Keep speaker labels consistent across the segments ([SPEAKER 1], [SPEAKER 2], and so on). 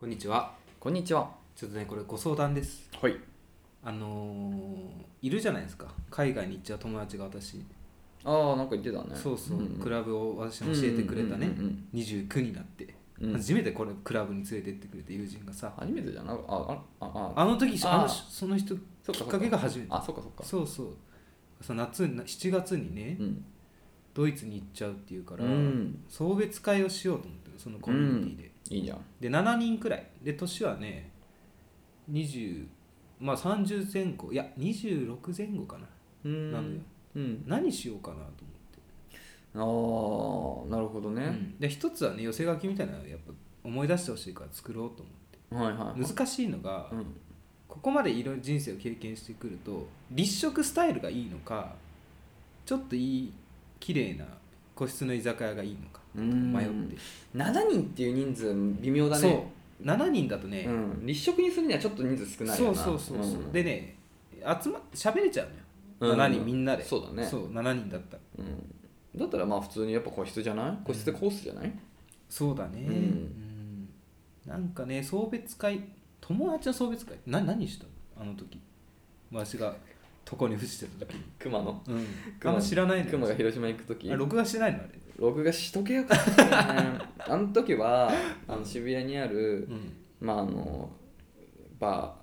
[SPEAKER 1] こんにちは。
[SPEAKER 2] こんにちは。
[SPEAKER 1] ちょっとね、これご相談です。
[SPEAKER 2] はい。
[SPEAKER 1] あのーいるじゃないですか。海外に行っちゃう友達が私、
[SPEAKER 2] ああ、なんか言ってたね。
[SPEAKER 1] そうそう、
[SPEAKER 2] ん
[SPEAKER 1] クラブを私に教えてくれたね。
[SPEAKER 2] うんうんうん
[SPEAKER 1] 29になって、
[SPEAKER 2] うんうん
[SPEAKER 1] 初めてこれクラブに連れてってくれて友人がさ、
[SPEAKER 2] 初めてじゃなく、あ、あ、あ、あ、
[SPEAKER 1] あの時
[SPEAKER 2] あー
[SPEAKER 1] あのその人き
[SPEAKER 2] そっかそ
[SPEAKER 1] っ
[SPEAKER 2] っか
[SPEAKER 1] かけが初めて。
[SPEAKER 2] あ、そっかそっか。
[SPEAKER 1] そうそう。さ夏にな7月にね、
[SPEAKER 2] うん。
[SPEAKER 1] ドイツに行っちゃうっていうから、
[SPEAKER 2] うん
[SPEAKER 1] 送別会をしようと思ってるそのコミュニティで。
[SPEAKER 2] いいじゃん。
[SPEAKER 1] で7人くらいで年はね20まあ30前後いや26前後かな、
[SPEAKER 2] うん。
[SPEAKER 1] なのよ
[SPEAKER 2] うん。
[SPEAKER 1] 何しようかなと思って、
[SPEAKER 2] ああ、なるほど
[SPEAKER 1] う
[SPEAKER 2] ね。
[SPEAKER 1] んで一つはね寄せ書きみたいなのやっぱ思い出してほしいから作ろうと思
[SPEAKER 2] はいはい。
[SPEAKER 1] って難しいのが、
[SPEAKER 2] うん。
[SPEAKER 1] ここまでいろいろ人生を経験してくると立食スタイルがいいのかちょっといい綺麗な個室の居酒屋がいいのか
[SPEAKER 2] うん
[SPEAKER 1] 迷って、
[SPEAKER 2] 7人っていう人数微妙だね。
[SPEAKER 1] そう7人だとね、
[SPEAKER 2] うん。立食にするにはちょっと人数少ない
[SPEAKER 1] そ
[SPEAKER 2] よ
[SPEAKER 1] う
[SPEAKER 2] な。
[SPEAKER 1] そうそうそう、
[SPEAKER 2] ん
[SPEAKER 1] で、ね集ま喋れちゃうのよ
[SPEAKER 2] うん
[SPEAKER 1] 7人みんなで、
[SPEAKER 2] そうだね
[SPEAKER 1] そう7人だったら
[SPEAKER 2] うん。だったらまあ普通にやっぱ個室じゃない個室でコースじゃない
[SPEAKER 1] そうだね
[SPEAKER 2] うん
[SPEAKER 1] うんなんかね送別会友達の送別会な何したのあの時私が床に伏してた時に、
[SPEAKER 2] 熊の。
[SPEAKER 1] うん、あん
[SPEAKER 2] 熊
[SPEAKER 1] ま知らないの
[SPEAKER 2] 熊が広島に行くとき
[SPEAKER 1] あ。録画してないのあれ、
[SPEAKER 2] 録画しとけよかったねあの時は あの渋谷にある
[SPEAKER 1] う、ん
[SPEAKER 2] まあ、あのバ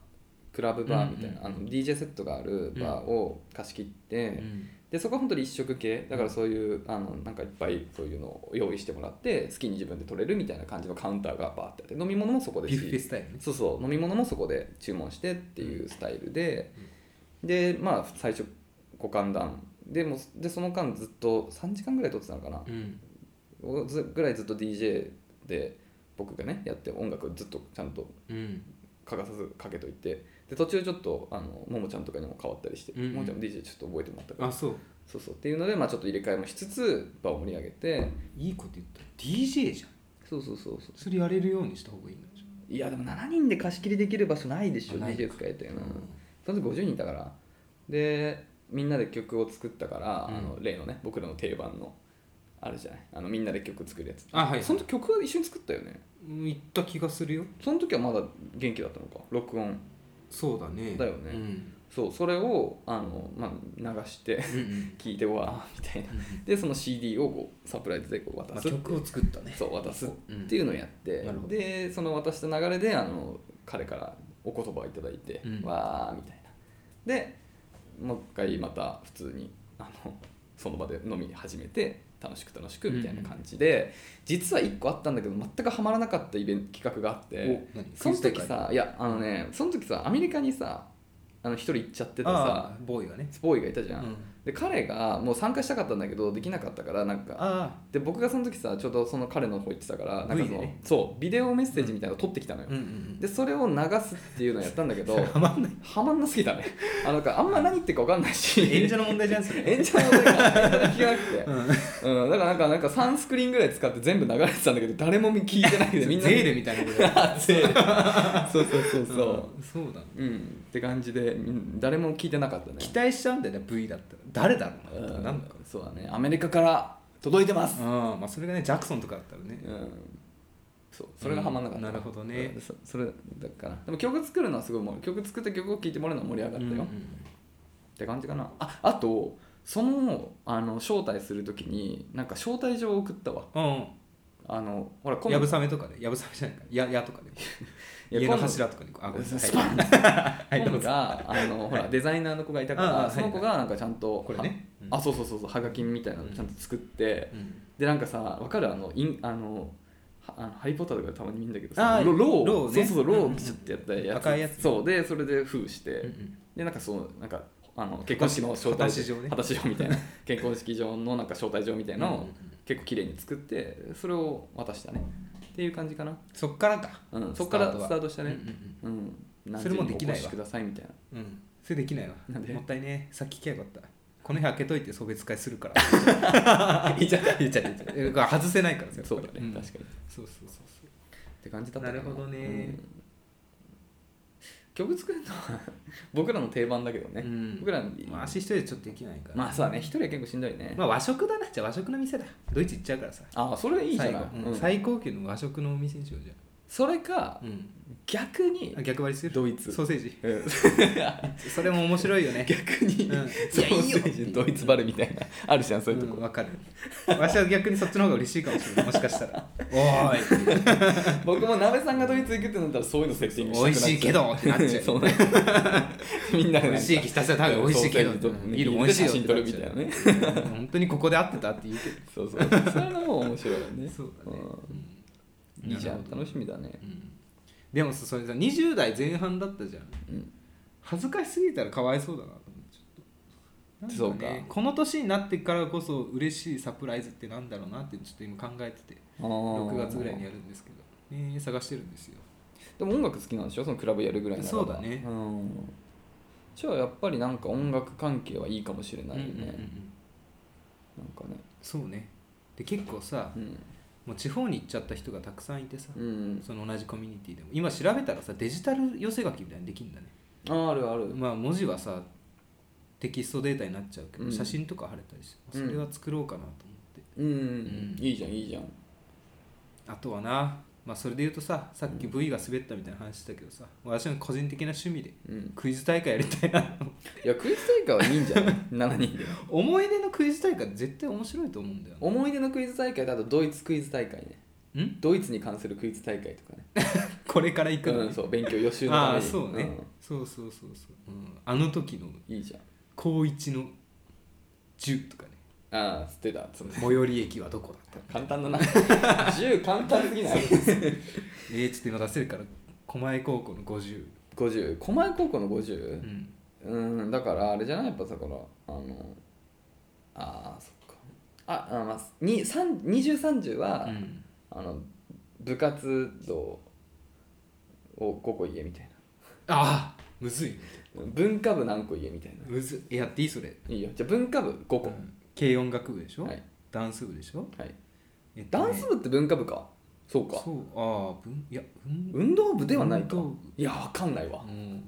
[SPEAKER 2] ークラブバーみたいな、
[SPEAKER 1] うんうん
[SPEAKER 2] あの DJ セットがあるバーを貸し切って、
[SPEAKER 1] うん
[SPEAKER 2] でそこは本当に一食系だからそういうあのなんかいっぱいそういうのを用意してもらって好きに自分で取れるみたいな感じのカウンターがバーってあって飲み物もそこで
[SPEAKER 1] ビュッフェスタイルね
[SPEAKER 2] そうそう飲み物もそこで注文してっていうスタイルで、でまあ最初ご歓談でもうでその間ずっと3時間ぐらい撮ってたのかな、
[SPEAKER 1] うん
[SPEAKER 2] ずぐらいずっと DJ で僕がねやって音楽をずっとちゃんと
[SPEAKER 1] うん
[SPEAKER 2] 欠かさずかけといてで途中ちょっとあのももちゃんとかにも変わったりして、
[SPEAKER 1] うんうん
[SPEAKER 2] ももちゃんも DJ ちょっと覚えてもらったから
[SPEAKER 1] あそう
[SPEAKER 2] そうそうっていうので、まあ、ちょっと入れ替えもしつつ場を盛り上げて
[SPEAKER 1] いいこと言った DJ じゃん
[SPEAKER 2] そうそうそうそう
[SPEAKER 1] それやれるようにした方がいいんだじ
[SPEAKER 2] いやでも7人で貸し切りできる場所ないでしょ
[SPEAKER 1] あない
[SPEAKER 2] DJ 使えたよな、
[SPEAKER 1] ゃん
[SPEAKER 2] その時50人いたからでみんなで曲を作ったから、
[SPEAKER 1] うん
[SPEAKER 2] あの例のね僕らの定番のあるじゃないあのみんなで曲作るやつ
[SPEAKER 1] あはい
[SPEAKER 2] その時曲は一緒に作ったよね
[SPEAKER 1] うん言った気がするよ
[SPEAKER 2] その時はまだ元気だったのか録音
[SPEAKER 1] そうだね
[SPEAKER 2] だよね
[SPEAKER 1] うん
[SPEAKER 2] そうそれをあの、まあ、流して
[SPEAKER 1] うんうん
[SPEAKER 2] 聞いてわーみたいなでその CD をこうサプライズでこう渡
[SPEAKER 1] あ
[SPEAKER 2] す
[SPEAKER 1] 曲を作ったね
[SPEAKER 2] そう渡す
[SPEAKER 1] うん
[SPEAKER 2] っていうのをやって、
[SPEAKER 1] なるほど
[SPEAKER 2] でその渡した流れであの彼からお言葉をいただいて、
[SPEAKER 1] うん
[SPEAKER 2] わーみたいなでもう一回また普通にあのその場で飲み始めて楽しく楽しくみたいな感じで、実は1個あったんだけど全くハマらなかったイベント企画があって
[SPEAKER 1] お何
[SPEAKER 2] その
[SPEAKER 1] ク
[SPEAKER 2] 時
[SPEAKER 1] イズ大
[SPEAKER 2] さいやあのねその時さアメリカにさあの一人行っちゃってた
[SPEAKER 1] あ
[SPEAKER 2] さ
[SPEAKER 1] あボーイがね
[SPEAKER 2] ボーイがいたじ
[SPEAKER 1] う
[SPEAKER 2] ゃん、
[SPEAKER 1] ん
[SPEAKER 2] で彼がもう参加したかったんだけどできなかったからなんか
[SPEAKER 1] あ
[SPEAKER 2] で僕がその時さちょうどその彼の方行ってたからなんか
[SPEAKER 1] V
[SPEAKER 2] そ
[SPEAKER 1] で
[SPEAKER 2] の、
[SPEAKER 1] ね
[SPEAKER 2] そうビデオメッセージみたいなの撮ってきたの
[SPEAKER 1] あ
[SPEAKER 2] よ、
[SPEAKER 1] うんうんうん
[SPEAKER 2] でそれを流すっていうのをやったんだ けど
[SPEAKER 1] はまんない
[SPEAKER 2] はまんなすぎたねあのかあんま何言ってるか分かんな いし
[SPEAKER 1] 演者の問題じゃんそれ
[SPEAKER 2] 演者の問題が演者の気がなくて、
[SPEAKER 1] うん
[SPEAKER 2] うん、だからなんかなんか3スクリーンぐらい使って全部流れてたんだけど誰も聞いてないでみんな
[SPEAKER 1] ゼーレみたいなことだ
[SPEAKER 2] ゼー レそうそうそうそう
[SPEAKER 1] うんそうだね
[SPEAKER 2] うん、って感じでうん誰も聞いてなかったね
[SPEAKER 1] 期待しちゃうんだよね V だったら誰だろう
[SPEAKER 2] う
[SPEAKER 1] な,、
[SPEAKER 2] ん
[SPEAKER 1] なんか
[SPEAKER 2] そうだねアメリカから届いてます
[SPEAKER 1] あまあそれがねジャクソンとかだったらね、
[SPEAKER 2] うんそうそれがハマんなかった、
[SPEAKER 1] うんなるほどね
[SPEAKER 2] うんそそれだからでも曲作るのはすごいもう曲作った曲を聴いてもらうのは盛り上がったよ、
[SPEAKER 1] うんうん
[SPEAKER 2] って感じかなああとそのあの招待する時になんか招待状を送ったわ
[SPEAKER 1] うん
[SPEAKER 2] あのほら
[SPEAKER 1] うんやぶさめとかねやぶさめじゃないかややとかね家の柱とかにこうあごめんなさい
[SPEAKER 2] スパン
[SPEAKER 1] は
[SPEAKER 2] 今
[SPEAKER 1] いど
[SPEAKER 2] 度
[SPEAKER 1] うぞ
[SPEAKER 2] があのほらデザイナーの子がいたか
[SPEAKER 1] ああ
[SPEAKER 2] ら
[SPEAKER 1] はい
[SPEAKER 2] その子がなんかちゃんと
[SPEAKER 1] これね
[SPEAKER 2] はあそうそうそうそうはがきみたいなのちゃんと作って、
[SPEAKER 1] うん
[SPEAKER 2] でなんかさわかるあのインあのはあのハリー・ポッターとかたまに見るんだけど
[SPEAKER 1] あ
[SPEAKER 2] さ
[SPEAKER 1] ー
[SPEAKER 2] ロロー
[SPEAKER 1] ローね
[SPEAKER 2] そうそうそうロ
[SPEAKER 1] うん
[SPEAKER 2] ーをちょっとやったやつ
[SPEAKER 1] 赤いやつ
[SPEAKER 2] そうでそれで封して、
[SPEAKER 1] うんうん
[SPEAKER 2] でなんかそうなんかあの結婚式の招待
[SPEAKER 1] 果たし状ね
[SPEAKER 2] 果たし状みたいな 結婚式場のなんか招待状みたいなの
[SPEAKER 1] うんう
[SPEAKER 2] を
[SPEAKER 1] んうん
[SPEAKER 2] 結構綺麗に作ってそれを渡したねっていう感じかな、
[SPEAKER 1] そっからか、
[SPEAKER 2] うん、そっから
[SPEAKER 1] スタートは
[SPEAKER 2] スタートした
[SPEAKER 1] うんう
[SPEAKER 2] ね
[SPEAKER 1] ん
[SPEAKER 2] うん、何
[SPEAKER 1] それもできないわ
[SPEAKER 2] 時にお越しくださいみたいな
[SPEAKER 1] うんうん、それできないわ
[SPEAKER 2] なんで
[SPEAKER 1] もったいねさっき聞けばよかったこの日開けといて送別会するから
[SPEAKER 2] 言っちゃった
[SPEAKER 1] 言っちゃった言っちゃったえこれ外せないからさやっぱ
[SPEAKER 2] そ
[SPEAKER 1] り
[SPEAKER 2] うだね、
[SPEAKER 1] ん
[SPEAKER 2] 確かに
[SPEAKER 1] そうそうそうそう
[SPEAKER 2] って感じだったか
[SPEAKER 1] なるほどね
[SPEAKER 2] 曲作るのは 僕らの定番だけどね、
[SPEAKER 1] うん
[SPEAKER 2] 僕らの
[SPEAKER 1] まあ足一人でちょっとできないから
[SPEAKER 2] まあそうだね一人は結構しんどいね、
[SPEAKER 1] まあ和食だなじゃあ和食の店だドイツ行っちゃうからさ
[SPEAKER 2] ああそれいいじゃ
[SPEAKER 1] 最
[SPEAKER 2] ない
[SPEAKER 1] 後、うん
[SPEAKER 2] うん
[SPEAKER 1] 最高級の和食のお店にしようじゃん
[SPEAKER 2] それか
[SPEAKER 1] うん、
[SPEAKER 2] 逆に
[SPEAKER 1] あ逆張りする
[SPEAKER 2] ドイツ
[SPEAKER 1] ソーセージ
[SPEAKER 2] うん
[SPEAKER 1] それも面白いよね
[SPEAKER 2] 逆に、
[SPEAKER 1] うん
[SPEAKER 2] ソー
[SPEAKER 1] い
[SPEAKER 2] セ
[SPEAKER 1] やい
[SPEAKER 2] ー
[SPEAKER 1] いよ
[SPEAKER 2] ジドイツバルみたいなあるじゃんそういうとこ、
[SPEAKER 1] ん、わかるわしは逆にそっちの方が嬉しいかもしれないもしかした ら「おー い
[SPEAKER 2] 僕も鍋さんがドイツ行くってなったらそういうのセッティン
[SPEAKER 1] 美
[SPEAKER 2] グ
[SPEAKER 1] 味しいけど」ってなっちゃ
[SPEAKER 2] そううねみんなで
[SPEAKER 1] 美味しいひたすら食べて美味しいけどビール美味しいよ
[SPEAKER 2] 写真撮るみたいなね
[SPEAKER 1] 本当にここで会ってたって言うけ
[SPEAKER 2] そうそうそういうのも面白いよね
[SPEAKER 1] どそうだね、うん
[SPEAKER 2] いいじゃん
[SPEAKER 1] なるほど
[SPEAKER 2] 楽しみだね
[SPEAKER 1] うんでもさそれさ20代前半だったじゃん
[SPEAKER 2] うん
[SPEAKER 1] 恥ずかしすぎたらかわいそうだなと思ってちょっとなん
[SPEAKER 2] そうか
[SPEAKER 1] この年になってからこそ嬉しいサプライズってなんだろうなってちょっと今考えてて
[SPEAKER 2] あー
[SPEAKER 1] 6月ぐらいにやるんですけど、ねえ、探してるんですよ
[SPEAKER 2] でも音楽好きなんでしょそのクラブやるぐらいならば
[SPEAKER 1] そうだね
[SPEAKER 2] うんじゃあやっぱりなんか音楽関係はいいかもしれないよね、
[SPEAKER 1] うんうんうんうん
[SPEAKER 2] なんかね
[SPEAKER 1] そうねで結構さ
[SPEAKER 2] うん
[SPEAKER 1] もう地方に行っちゃった人がたくさんいてさ、
[SPEAKER 2] うん
[SPEAKER 1] その同じコミュニティでも今調べたらさデジタル寄せ書きみたいにできるんだね
[SPEAKER 2] ああるある
[SPEAKER 1] まあ文字はさテキストデータになっちゃうけど、
[SPEAKER 2] うん
[SPEAKER 1] 写真とか貼れたりして
[SPEAKER 2] うん
[SPEAKER 1] それは作ろうかなと思って、
[SPEAKER 2] うん、
[SPEAKER 1] ん
[SPEAKER 2] いいじゃんいいじゃん
[SPEAKER 1] あとはなまあそれで言うとささっき V が滑ったみたいな話したけどさ私の個人的な趣味で
[SPEAKER 2] うん
[SPEAKER 1] クイズ大会やりたいな
[SPEAKER 2] いやクイズ大会はいいんじゃない 7人で
[SPEAKER 1] 思い出のクイズ大会絶対面白いと思うんだよね
[SPEAKER 2] 思い出のクイズ大会だとドイツクイズ大会ね
[SPEAKER 1] ん
[SPEAKER 2] ドイツに関するクイズ大会とかね
[SPEAKER 1] これから行くの
[SPEAKER 2] うん、そう勉強予習のた
[SPEAKER 1] あ
[SPEAKER 2] め
[SPEAKER 1] あ
[SPEAKER 2] に
[SPEAKER 1] そうね、そうそうそうそう、うん、あの時の
[SPEAKER 2] うんいいじゃん
[SPEAKER 1] 高一の10とかね
[SPEAKER 2] ああ捨てたその
[SPEAKER 1] 最寄り駅はどこだった
[SPEAKER 2] 簡単だな10簡単すぎない
[SPEAKER 1] えー、ちょっと今出せるから狛江高校の50
[SPEAKER 2] 50狛江高校の
[SPEAKER 1] う
[SPEAKER 2] 50?
[SPEAKER 1] ん
[SPEAKER 2] うんだからあれじゃないやっぱさこのあのああそっかああまあに3 2030は、
[SPEAKER 1] うん
[SPEAKER 2] あの部活動を5個言えみたい
[SPEAKER 1] ああむずい
[SPEAKER 2] な文化部何個言えみたい
[SPEAKER 1] むずいやっていいそれ
[SPEAKER 2] ないいよじゃあ文化部5個、
[SPEAKER 1] 軽音楽部でしょ、
[SPEAKER 2] はい、
[SPEAKER 1] ダンス部でしょ、
[SPEAKER 2] はい、
[SPEAKER 1] えっとね
[SPEAKER 2] ダンス部って文化部かそうか
[SPEAKER 1] そうああ文いや文
[SPEAKER 2] 運動部ではないか
[SPEAKER 1] 運動
[SPEAKER 2] いやわかんないわ
[SPEAKER 1] 部うん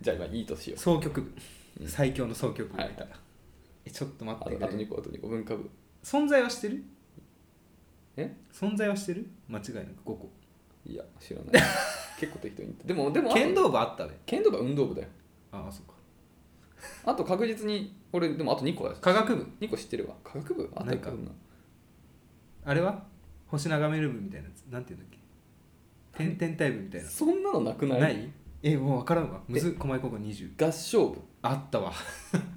[SPEAKER 2] じゃあ今いいとしよ
[SPEAKER 1] 総曲部最強の総曲部、
[SPEAKER 2] はい
[SPEAKER 1] えちょっと
[SPEAKER 2] うあ
[SPEAKER 1] 待
[SPEAKER 2] と
[SPEAKER 1] って
[SPEAKER 2] あと2個あと2個文化部
[SPEAKER 1] 存在はしてる
[SPEAKER 2] え
[SPEAKER 1] 存在はしてる間違いなく5個
[SPEAKER 2] いや知ら ない結構適当に言ってでもでもあと
[SPEAKER 1] 剣道部あったね
[SPEAKER 2] 剣道部は運動部だよ
[SPEAKER 1] ああそうか
[SPEAKER 2] あと確実に俺でもあと2個だ
[SPEAKER 1] 科学部
[SPEAKER 2] 2個知ってるわ科学部あった
[SPEAKER 1] ないか
[SPEAKER 2] かな
[SPEAKER 1] あれは星眺める部みたいなやつなんていうんだっけ天天体部みたいな
[SPEAKER 2] そんなのなくない
[SPEAKER 1] ないえもう分からんわむずっ狛江高校20
[SPEAKER 2] 合唱部、
[SPEAKER 1] あったわ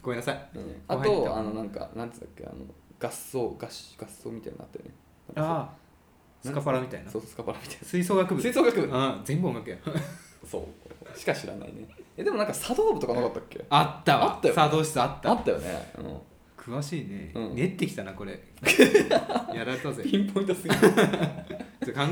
[SPEAKER 1] ごめんなさい
[SPEAKER 2] うんあ
[SPEAKER 1] 後輩いた
[SPEAKER 2] とあのなんかなんつうんだっけあの合奏合し合奏みたいなのあったよね
[SPEAKER 1] ああ
[SPEAKER 2] な
[SPEAKER 1] ス
[SPEAKER 2] んか
[SPEAKER 1] カパラみたいな
[SPEAKER 2] そうそうスカパラみたい
[SPEAKER 1] 吹奏楽
[SPEAKER 2] な
[SPEAKER 1] 部
[SPEAKER 2] 吹奏楽部
[SPEAKER 1] ああ全部音楽や
[SPEAKER 2] そうしか知らないねえでもなんか茶道部とかなかったっけ
[SPEAKER 1] あったわ
[SPEAKER 2] あったよ
[SPEAKER 1] 茶道室あった
[SPEAKER 2] あったよね、うん
[SPEAKER 1] 詳しいね、
[SPEAKER 2] うん
[SPEAKER 1] 練ってきたなこ れやられたぜ
[SPEAKER 2] ピンポイントすぎる
[SPEAKER 1] ちょっと考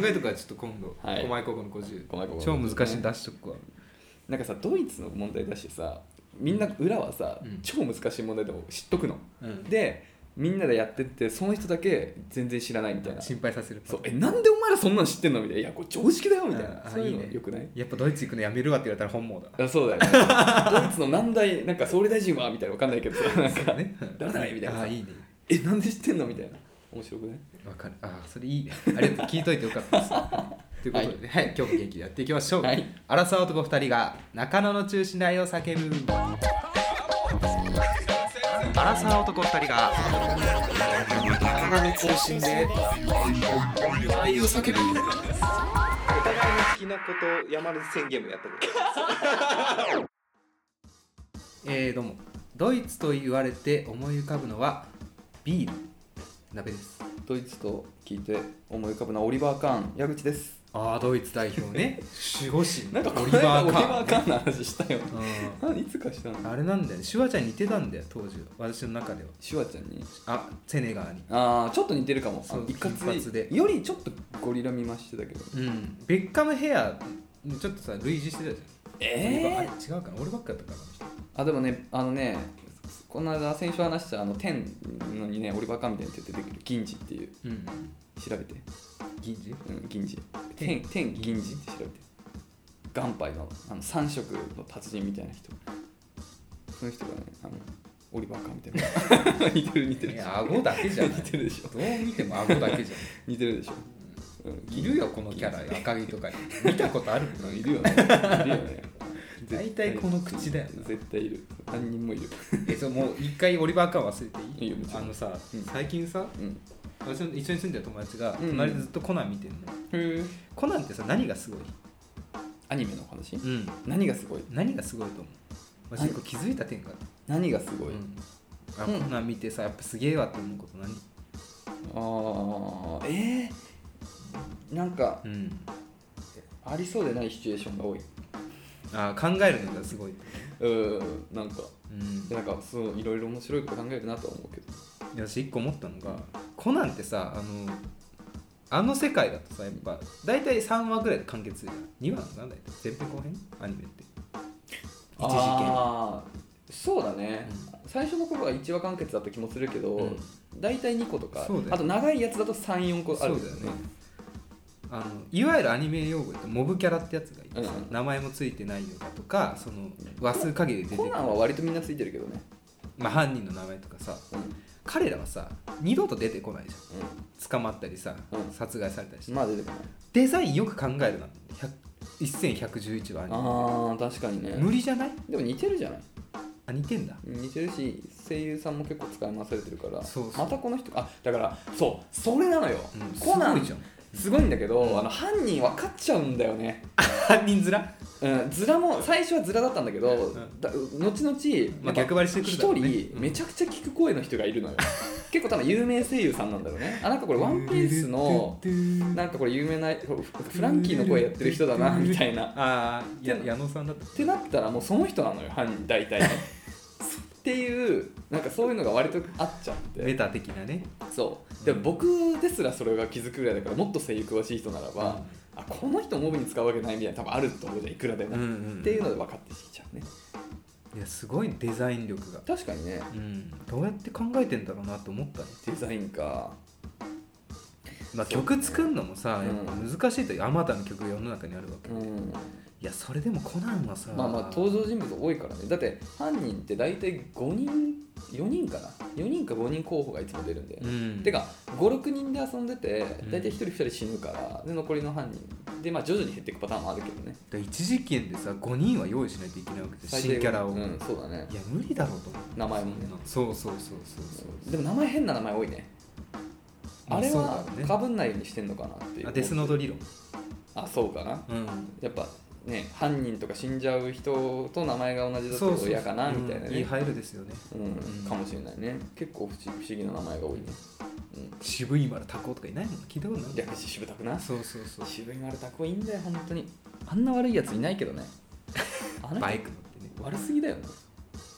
[SPEAKER 1] えとかちょっと今度、
[SPEAKER 2] はい
[SPEAKER 1] 狛江高校の50
[SPEAKER 2] ごめんごめん
[SPEAKER 1] 超難しいの出しとくわ
[SPEAKER 2] なんかさドイツの問題だしさみんな裏はさ、
[SPEAKER 1] うん
[SPEAKER 2] 超難しい問題でも知っとくの
[SPEAKER 1] うん
[SPEAKER 2] でみんなでやってってその人だけ全然知らないみたいな
[SPEAKER 1] 心配させる
[SPEAKER 2] そうえなんでお前らそんなん知ってんのみたいないやこれ常識だよみたいな
[SPEAKER 1] あー
[SPEAKER 2] そういう
[SPEAKER 1] いい
[SPEAKER 2] の
[SPEAKER 1] ね
[SPEAKER 2] よくない
[SPEAKER 1] やっぱドイツ行くのやめるわって言われたら本望だ
[SPEAKER 2] あそうだよねドイツの何代なんか総理大臣はみたいなわかんないけど さなんか、
[SPEAKER 1] ね
[SPEAKER 2] 誰だいみたいな
[SPEAKER 1] あ
[SPEAKER 2] さ
[SPEAKER 1] あいいね
[SPEAKER 2] えなんで知ってんのみたいな面白くない
[SPEAKER 1] わかるああそれいいねありがとう聞いといてよかった ですということでね、はい今日も元気でやっていきましょう、
[SPEAKER 2] はい
[SPEAKER 1] アラサー男2人が中野の中心街を叫ぶアラサー男2人が中野の中心で愛を叫ぶお互いの好きなことを山根宣言もやったこと えー、どうもドイツと言われて思い浮かぶのはビール鍋です
[SPEAKER 2] ドイツと聞いて思い浮かぶのはオリバー・カーン矢口です
[SPEAKER 1] ああドイツ代表ね守護神
[SPEAKER 2] なんかこ
[SPEAKER 1] オ
[SPEAKER 2] の
[SPEAKER 1] リ
[SPEAKER 2] 間
[SPEAKER 1] バー・
[SPEAKER 2] オリ
[SPEAKER 1] カー
[SPEAKER 2] バー・カーンの話したよ
[SPEAKER 1] う
[SPEAKER 2] あいつかしたの
[SPEAKER 1] んあれなんだよねシュワちゃんに似てたんだよ当時私の中では
[SPEAKER 2] シュワちゃんに
[SPEAKER 1] あセネガーに
[SPEAKER 2] ああちょっと似てるかもあの
[SPEAKER 1] そう
[SPEAKER 2] いかつい
[SPEAKER 1] 金髪で
[SPEAKER 2] よりちょっとゴリラ見ましてたけど
[SPEAKER 1] うんベッカムヘアちょっとさ類似してたじゃん
[SPEAKER 2] ええ
[SPEAKER 1] ー、違うかな俺ばっかやったかな
[SPEAKER 2] あでもねあのねこの間先週話したあの天のにねオリバーカーンみたいに出てくる銀次っていう
[SPEAKER 1] うん
[SPEAKER 2] 調べて、
[SPEAKER 1] 銀次
[SPEAKER 2] うん、銀次天
[SPEAKER 1] 天
[SPEAKER 2] 天銀次って調べて元杯のあの三色の達人みたいな人その人がねあのオリバーカーンみ たいな似てる似てる
[SPEAKER 1] いや顎だけじゃない
[SPEAKER 2] 似てるでしょ
[SPEAKER 1] どう見ても顎だけじゃん
[SPEAKER 2] 似てるでしょ、うん
[SPEAKER 1] いるよこのキャラ赤木とかに見たことある
[SPEAKER 2] うんいるよねいるよね
[SPEAKER 1] 大体この口だよ
[SPEAKER 2] 絶対いる何人もいる
[SPEAKER 1] えそうもう一回オリバーカー忘れていい
[SPEAKER 2] いいよもちろん
[SPEAKER 1] あのさ、
[SPEAKER 2] うん
[SPEAKER 1] 最近さ
[SPEAKER 2] うん
[SPEAKER 1] 私の一緒に住んでる友達が
[SPEAKER 2] うん
[SPEAKER 1] 隣でずっとコナン見てるの、
[SPEAKER 2] へえ
[SPEAKER 1] コナンってさ何がすごい、
[SPEAKER 2] アニメの話
[SPEAKER 1] うん、
[SPEAKER 2] 何がすごい
[SPEAKER 1] 何がすごいと思う私
[SPEAKER 2] 何
[SPEAKER 1] 結構気づいた点がある、
[SPEAKER 2] 何がすごい、
[SPEAKER 1] あ
[SPEAKER 2] うん
[SPEAKER 1] コナン見てさやっぱすげえわって思うこと何
[SPEAKER 2] ああえー、なんか
[SPEAKER 1] うん
[SPEAKER 2] ありそうでないシチュエーションが多い
[SPEAKER 1] あー考えるのがすごい、
[SPEAKER 2] うんなんか
[SPEAKER 1] うん
[SPEAKER 2] で、なんかそういろいろ面白いこと考えるなとは思うけど
[SPEAKER 1] で私一個思ったのがコナンってさあのあの世界だとさやっぱ大体3話ぐらいで完結するじゃん2話なんだよ前編後編アニメって一時期
[SPEAKER 2] あーそうだね、最初の頃は1話完結だった気もするけど、
[SPEAKER 1] うん
[SPEAKER 2] 大体2個とか、
[SPEAKER 1] そうだよね
[SPEAKER 2] あと長いやつだと34個ある
[SPEAKER 1] そうだよねあのいわゆるアニメ用語でモブキャラってやつがいてさ、
[SPEAKER 2] うん
[SPEAKER 1] 名前もついてないのかとかその話数限りで出てく
[SPEAKER 2] コ
[SPEAKER 1] る
[SPEAKER 2] ナ、ンは割とみんなついてるけどね、
[SPEAKER 1] まあ、犯人の名前とかさ
[SPEAKER 2] うん
[SPEAKER 1] 彼らはさ二度と出てこないじゃん捕まったりさ、
[SPEAKER 2] うん
[SPEAKER 1] 殺害されたりして
[SPEAKER 2] まあ出てこない
[SPEAKER 1] デザインよく考えるな100 1111話アニメ
[SPEAKER 2] あー確かにね
[SPEAKER 1] 無理じゃない
[SPEAKER 2] でも似てるじゃない
[SPEAKER 1] あ似てんだ
[SPEAKER 2] 似てるし声優さんも結構使い回されてるから
[SPEAKER 1] そうそう
[SPEAKER 2] またこの人あだからそうそれなのよ、
[SPEAKER 1] うん
[SPEAKER 2] コナン
[SPEAKER 1] すごいじゃん
[SPEAKER 2] すごいんだけど、
[SPEAKER 1] うん
[SPEAKER 2] あの犯人分かっちゃうんだよね、
[SPEAKER 1] 犯人面
[SPEAKER 2] うん、ズラも最初はズラだったんだけど、
[SPEAKER 1] ん
[SPEAKER 2] だ後々、
[SPEAKER 1] まあ逆張りしてくるだろ
[SPEAKER 2] 一
[SPEAKER 1] うね
[SPEAKER 2] 人
[SPEAKER 1] うん
[SPEAKER 2] めちゃくちゃ聞く声の人がいる のよ結構多分有名声優さんなんだろうねあなんかこれ「ワンピースのなんかこれ有名なフフランキーの声やってる人 だなみたいな
[SPEAKER 1] ああ
[SPEAKER 2] や
[SPEAKER 1] 矢野さんだった
[SPEAKER 2] ってなったらもうその人なのよ犯人大 体っていうなんかそういうのが割とあっちゃって
[SPEAKER 1] メタ的なね
[SPEAKER 2] そうでも僕ですらそれが気づくぐらいだからもっと声優詳しい人ならば、あこの人モブに使うわけないみたいな多分あると思うじゃんいくらでも、
[SPEAKER 1] うんう
[SPEAKER 2] っ
[SPEAKER 1] んうん
[SPEAKER 2] ていうので分かってきちゃうね
[SPEAKER 1] いやすごいデザイン力が、
[SPEAKER 2] 確かにね
[SPEAKER 1] うん、どうやって考えてんだろうなと思ったね、
[SPEAKER 2] デザインか
[SPEAKER 1] まあ、
[SPEAKER 2] そう
[SPEAKER 1] 曲作るのもさ、
[SPEAKER 2] うん
[SPEAKER 1] やっぱ難しいというあまたの曲が世の中にあるわけ、
[SPEAKER 2] う
[SPEAKER 1] い
[SPEAKER 2] ん
[SPEAKER 1] やそれでもコナンはさ
[SPEAKER 2] まあまあ登場人物多いからねだって犯人って大体5人4人かな4人か5人候補がいつも出るんだよね、
[SPEAKER 1] うん
[SPEAKER 2] てか56人で遊んでて
[SPEAKER 1] うん
[SPEAKER 2] 大体1人2人死ぬからで残りの犯人でまあ徐々に減っていくパターンもあるけどね
[SPEAKER 1] だから一時期でさ5人は用意しないといけないわけで新キャラを、
[SPEAKER 2] う
[SPEAKER 1] い
[SPEAKER 2] んそうだね
[SPEAKER 1] や無理だろうと思う
[SPEAKER 2] 名前もね
[SPEAKER 1] そうそうそうそうそう
[SPEAKER 2] でも名前変な名前多いねあれは
[SPEAKER 1] そうだね
[SPEAKER 2] かぶんないようにしてんのかなっていう
[SPEAKER 1] あデスノート理論
[SPEAKER 2] あそうかな
[SPEAKER 1] うん
[SPEAKER 2] やっぱね犯人とか死んじゃう人と名前が同じだ
[SPEAKER 1] そうそう
[SPEAKER 2] と嫌かなみたいな
[SPEAKER 1] うんいい
[SPEAKER 2] ね
[SPEAKER 1] 入るですよね
[SPEAKER 2] うんかもしれないね結構不思不思議な名前が多いねうん
[SPEAKER 1] 渋い丸タコとかいないもん聞いたことないもん
[SPEAKER 2] 略し渋たくな
[SPEAKER 1] そうそうそう
[SPEAKER 2] 渋い丸タコいいんだよ本当にあんな悪いやついないけ どねあの人
[SPEAKER 1] バイク乗ってね
[SPEAKER 2] 悪すぎだよね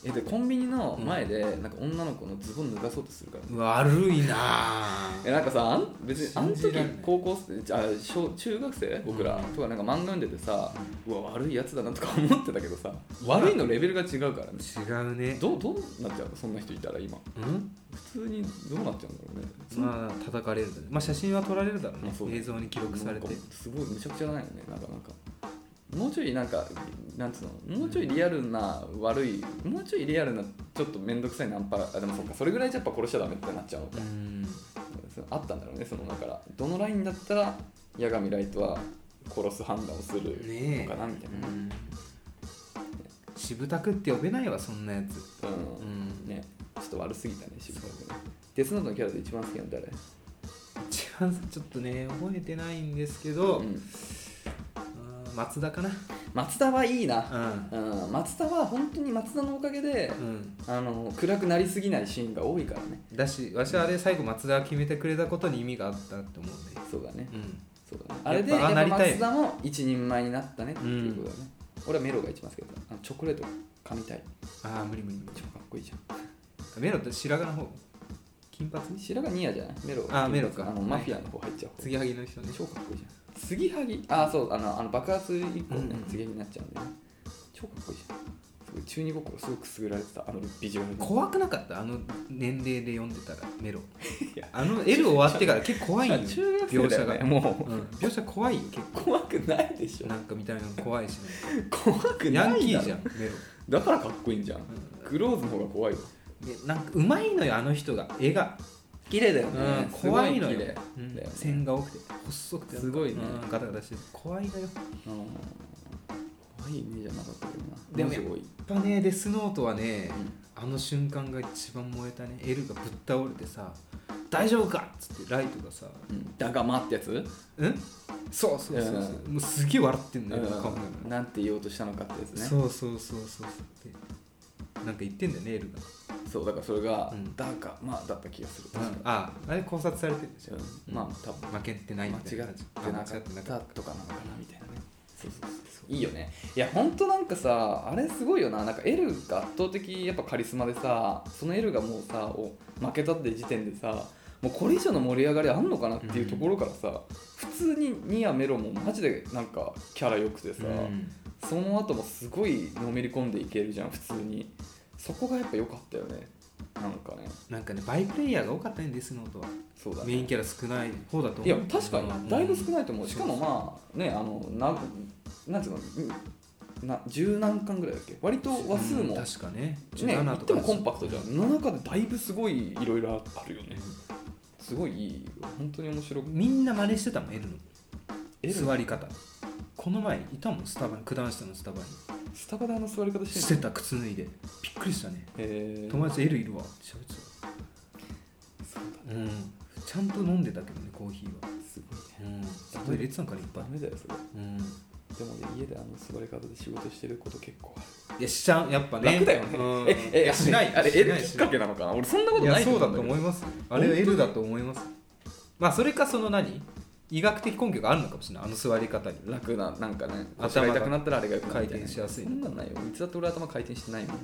[SPEAKER 2] えでコンビニの前でなんか女の子のズボン脱がそうとするからね、
[SPEAKER 1] 悪いなぁ
[SPEAKER 2] えなんかさあん別にあ
[SPEAKER 1] 信
[SPEAKER 2] の時
[SPEAKER 1] じられない
[SPEAKER 2] 高校生あ小中学生僕ら、
[SPEAKER 1] うん
[SPEAKER 2] とかなんか漫画読んでてさうわ悪いやつだなとか思ってたけどさ悪いのレベルが違うからね
[SPEAKER 1] 違うね
[SPEAKER 2] どうどうなっちゃうのそんな人いたら今
[SPEAKER 1] うん
[SPEAKER 2] 普通にどうなっちゃうんだろうねそん
[SPEAKER 1] まあ叩かれるだろうまあ写真は撮られるだろうね
[SPEAKER 2] まあそう
[SPEAKER 1] 映像に記録されて
[SPEAKER 2] なんかすごいむちゃくちゃだよねなかなかもうちょいなんかなんつうのもうちょいリアルな悪いもうちょいリアルなちょっと面倒くさいナンパあでもそっかそれぐらいじゃやっぱ殺しちゃダメってなっちゃうのか
[SPEAKER 1] うん
[SPEAKER 2] そうあったんだろうねそのだからどのラインだったら八神ライトは殺す判断をする
[SPEAKER 1] ねえ
[SPEAKER 2] のかなみたいな、
[SPEAKER 1] うん渋タクって呼べないわそんなやつ
[SPEAKER 2] うん
[SPEAKER 1] うん
[SPEAKER 2] ねちょっと悪すぎたね渋谷君デスノートのキャラで一番好きなの誰、
[SPEAKER 1] 一番ちょっとね覚えてないんですけど、
[SPEAKER 2] うん、
[SPEAKER 1] うん松田かな
[SPEAKER 2] 松田はいいな、
[SPEAKER 1] う
[SPEAKER 2] うん、松田は本当に松田のおかげで、
[SPEAKER 1] ん、うん、
[SPEAKER 2] あの暗くなりすぎないシーンが多いからね
[SPEAKER 1] だしわしはあれ最後松田が決めてくれたことに意味があったって思うね
[SPEAKER 2] そうだね
[SPEAKER 1] うん
[SPEAKER 2] そうだね
[SPEAKER 1] ぱ
[SPEAKER 2] あれで
[SPEAKER 1] あ
[SPEAKER 2] やっ
[SPEAKER 1] な
[SPEAKER 2] ぱ
[SPEAKER 1] りたい
[SPEAKER 2] 松田も一人前になったねっていうことだね、俺はメロが一番好きだったあのチョコレート噛みたい
[SPEAKER 1] ああ無理無理無理
[SPEAKER 2] 超かっこいいじゃ
[SPEAKER 1] メロって白髪の方金髪
[SPEAKER 2] ん白髪ニアじゃないメロ
[SPEAKER 1] あメロか
[SPEAKER 2] あのマフィアの方入っちゃう方
[SPEAKER 1] 次はぎの人ね
[SPEAKER 2] 超かっこいいじゃん継ぎはぎあそうあのあの爆発以降
[SPEAKER 1] うんう
[SPEAKER 2] ね
[SPEAKER 1] ん
[SPEAKER 2] 継ぎはぎになっちゃうんでね超かっこいいじゃんすごい中二心すごくくすぐられてたあのビジュアルに
[SPEAKER 1] 怖くなかったあの年齢で読んでたらメロ
[SPEAKER 2] いや
[SPEAKER 1] あの L 終わってから結構怖いよ
[SPEAKER 2] あ中学生だよね
[SPEAKER 1] 描写が、
[SPEAKER 2] も
[SPEAKER 1] うん、描写怖いよ結
[SPEAKER 2] う怖くないでし
[SPEAKER 1] 構
[SPEAKER 2] ょ
[SPEAKER 1] なんか見た目も怖いし、ね、
[SPEAKER 2] 怖く
[SPEAKER 1] ヤ
[SPEAKER 2] な
[SPEAKER 1] ン
[SPEAKER 2] い
[SPEAKER 1] キ
[SPEAKER 2] だ
[SPEAKER 1] ー
[SPEAKER 2] ろ
[SPEAKER 1] じゃんメロ
[SPEAKER 2] だからかっこいいんじゃん
[SPEAKER 1] う
[SPEAKER 2] クローズの方が怖いわ
[SPEAKER 1] でなんかうまいのよあの人が絵が
[SPEAKER 2] 綺麗だよね、
[SPEAKER 1] うん
[SPEAKER 2] すご
[SPEAKER 1] 怖いのよ
[SPEAKER 2] 綺麗
[SPEAKER 1] うん
[SPEAKER 2] だよね
[SPEAKER 1] 線が多くて細くて
[SPEAKER 2] すごいね
[SPEAKER 1] うんガタガタして怖いのよ
[SPEAKER 2] うん怖いイメージはなかったけどな
[SPEAKER 1] でも
[SPEAKER 2] 文字多い
[SPEAKER 1] やっぱねデスノートはね、
[SPEAKER 2] うん
[SPEAKER 1] あの瞬間が一番燃えたねエルがぶっ倒れてさ「大丈夫か!」っつってライトがさ「
[SPEAKER 2] うんだがまってやつ
[SPEAKER 1] うんそうそうそうそう、
[SPEAKER 2] う
[SPEAKER 1] もうすげえ笑ってんだよ、顔が、
[SPEAKER 2] うんなんて言おうとしたのかってやつね
[SPEAKER 1] そうそうそうそうそうでなんか言ってんだよねエルが、
[SPEAKER 2] そうだからそれが
[SPEAKER 1] うん
[SPEAKER 2] だがまだった気がする
[SPEAKER 1] うんああれ考察されてるでしょ、
[SPEAKER 2] うんまあ多分
[SPEAKER 1] 負けてないみ
[SPEAKER 2] 間
[SPEAKER 1] たいな
[SPEAKER 2] 違っ
[SPEAKER 1] 感じ
[SPEAKER 2] てな
[SPEAKER 1] あ
[SPEAKER 2] か
[SPEAKER 1] 間違
[SPEAKER 2] っ
[SPEAKER 1] ってなか
[SPEAKER 2] た
[SPEAKER 1] った
[SPEAKER 2] とかなのかなみたいなねそうそうそういいよねいやほんとなんかさあれすごいよななんかエルが圧倒的やっぱカリスマでさそのエルがもうさお負けたって時点でさもうこれ以上の盛り上がりあんのかなっていうところからさ、普通にニアメロもマジでなんかキャラ良くてさ、
[SPEAKER 1] うん
[SPEAKER 2] その後もすごいのめり込んでいけるじゃん普通にそこがやっぱ良かったよねなんかね
[SPEAKER 1] なんかねバイプレイヤーが多かったねデスノートは
[SPEAKER 2] そうだね
[SPEAKER 1] メインキャラ少ない方だと思う
[SPEAKER 2] いや確かにだいぶ少ないと思う、
[SPEAKER 1] うん
[SPEAKER 2] しかもまあねあのななんつうのうんな十何巻ぐらいだっけ割と話数
[SPEAKER 1] う
[SPEAKER 2] も、
[SPEAKER 1] ん確かね
[SPEAKER 2] ね言
[SPEAKER 1] 17
[SPEAKER 2] ってもコンパ
[SPEAKER 1] ク
[SPEAKER 2] クトじゃんの中でだいぶすごいいろいろあるよね
[SPEAKER 1] ト
[SPEAKER 2] すごいいいよ本当に面白く
[SPEAKER 1] みんな真似してたもん L の
[SPEAKER 2] L
[SPEAKER 1] 座り方この前いたもんスタバに九段下のスタバに
[SPEAKER 2] スタバであの座り方し
[SPEAKER 1] してて
[SPEAKER 2] る
[SPEAKER 1] た靴脱いでびっくりしたね
[SPEAKER 2] えー、
[SPEAKER 1] 友達 L いるわって喋ってた
[SPEAKER 2] そうだ
[SPEAKER 1] うんちゃんと飲んでたけどねコーヒーは
[SPEAKER 2] すごいね
[SPEAKER 1] うんそこ入れてたんからいっぱい
[SPEAKER 2] ダメだよそれ
[SPEAKER 1] うん
[SPEAKER 2] でもね家であの座り方で仕事してること結構ある
[SPEAKER 1] いやしちゃうやっぱね
[SPEAKER 2] 楽だよね、
[SPEAKER 1] うん
[SPEAKER 2] ええ
[SPEAKER 1] しない
[SPEAKER 2] あれ
[SPEAKER 1] し
[SPEAKER 2] L
[SPEAKER 1] ない
[SPEAKER 2] きっかけなのかな俺そんなこと
[SPEAKER 1] い
[SPEAKER 2] な
[SPEAKER 1] や
[SPEAKER 2] い
[SPEAKER 1] そうだと
[SPEAKER 2] 思うんけど
[SPEAKER 1] 思いますあれは L だと思いますまあそれかその何医学的根拠があるのかもしれないあの座り方に
[SPEAKER 2] 楽ななんかね
[SPEAKER 1] 頭が
[SPEAKER 2] 腰が痛くなったらあれがよくなるみた
[SPEAKER 1] 回転しやすい
[SPEAKER 2] そんなんないよいつだって俺頭回転して ないもん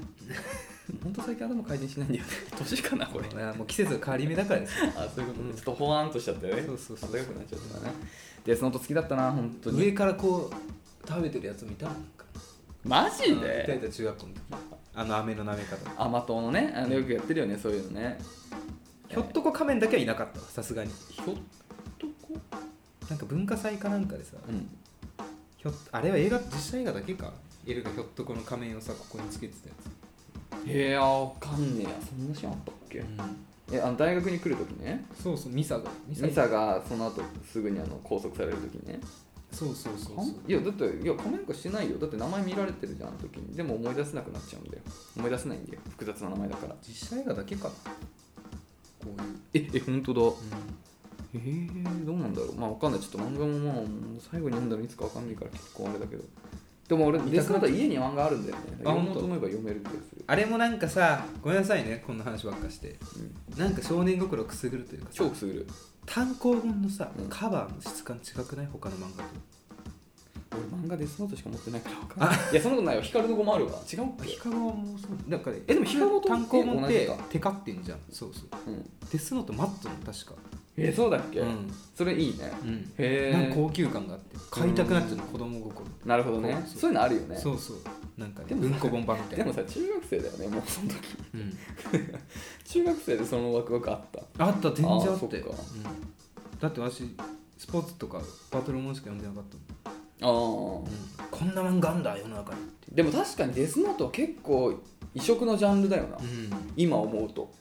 [SPEAKER 2] ほんと最近頭回転しないんだよね 年かなこれ
[SPEAKER 1] いやもう季節が変わり目だからですよ
[SPEAKER 2] あそういうことね、
[SPEAKER 1] うん
[SPEAKER 2] ちょっとほわんとしちゃったよね
[SPEAKER 1] そうそうそう
[SPEAKER 2] 暖かくなっちゃったからねでその音好きだったな本当
[SPEAKER 1] 上
[SPEAKER 2] に
[SPEAKER 1] からこう食べてるやつ見たなんか
[SPEAKER 2] マ
[SPEAKER 1] い
[SPEAKER 2] ジ
[SPEAKER 1] たい
[SPEAKER 2] で
[SPEAKER 1] た中学校の時あの飴の舐め方
[SPEAKER 2] 甘党のねあのよくやってるよねそういうのね
[SPEAKER 1] ひょっとこ仮面だけはいなかったわさすがに
[SPEAKER 2] ひょっとこ
[SPEAKER 1] なんか文化祭かなんかでさ
[SPEAKER 2] うん
[SPEAKER 1] ひょっあれは映画実写映画だけかエルがひょっとこの仮面をさここにつけてたや
[SPEAKER 2] へえあわかんねえやそんなシーンあったっけ
[SPEAKER 1] つ、
[SPEAKER 2] えあの大学に来る時ね
[SPEAKER 1] そうそうミサがミ
[SPEAKER 2] ミサがその後すぐにあの拘束される時ね
[SPEAKER 1] そうそうそうそ
[SPEAKER 2] かん
[SPEAKER 1] う
[SPEAKER 2] いやだっていや仮面なんかしてないよだって名前見られてるじゃんあの時にでも思い出せなくなっちゃうんだよ思い出せないんだよ複雑な名前だから
[SPEAKER 1] 実写映画だけかなこういう、
[SPEAKER 2] ええ本当だえー、どうなんだろうまあわかんないちょっと漫画もまあ最後に読んだのいつかわかんないから結構あれだけどでも俺
[SPEAKER 1] 見
[SPEAKER 2] デ
[SPEAKER 1] た
[SPEAKER 2] ス
[SPEAKER 1] くな
[SPEAKER 2] ノ
[SPEAKER 1] っ
[SPEAKER 2] ートは家に漫画あるんだよね
[SPEAKER 1] あ
[SPEAKER 2] 読
[SPEAKER 1] 本当
[SPEAKER 2] もうと思えば読める気がする
[SPEAKER 1] あれもなんかさごめんなさいねこんな話ばっかして
[SPEAKER 2] うん
[SPEAKER 1] なんか少年心をくすぐるというかさ
[SPEAKER 2] 超くすぐる
[SPEAKER 1] 単行本のさ、
[SPEAKER 2] うん
[SPEAKER 1] カバーの質感違くない他の漫画と
[SPEAKER 2] 俺漫画デスノートしか持ってないからわかんないいやそんなことないよ光の子もあるわ違うっ
[SPEAKER 1] あ
[SPEAKER 2] け
[SPEAKER 1] ヒカゴもそうだから
[SPEAKER 2] えでもヒカゴと
[SPEAKER 1] 単行本っ
[SPEAKER 2] え
[SPEAKER 1] て
[SPEAKER 2] 同じか
[SPEAKER 1] テカってんじゃんそうそう
[SPEAKER 2] うん
[SPEAKER 1] デスノートマットの確か
[SPEAKER 2] えそうだっけ、
[SPEAKER 1] うん、
[SPEAKER 2] それいいね
[SPEAKER 1] うん
[SPEAKER 2] へ
[SPEAKER 1] なんか
[SPEAKER 2] え
[SPEAKER 1] 高級感があって買いたくなっちゃうの子供心
[SPEAKER 2] なるほどね
[SPEAKER 1] そう
[SPEAKER 2] そういうのあるよね
[SPEAKER 1] そうそうなんかね
[SPEAKER 2] でもさ
[SPEAKER 1] 文庫本版みたい
[SPEAKER 2] で
[SPEAKER 1] な
[SPEAKER 2] もさ中学生だよねもうその時
[SPEAKER 1] うん、
[SPEAKER 2] 中学生でそのワクワクあった
[SPEAKER 1] あった全然あ
[SPEAKER 2] あ
[SPEAKER 1] っ
[SPEAKER 2] そったか
[SPEAKER 1] ようん、だって私スポーツとかバトルもんしか読んでなかった
[SPEAKER 2] ああ
[SPEAKER 1] もん、こんな漫画あんだ世の中にって
[SPEAKER 2] でも確かにデスノートは結構異色のジャンルだよな、今思うと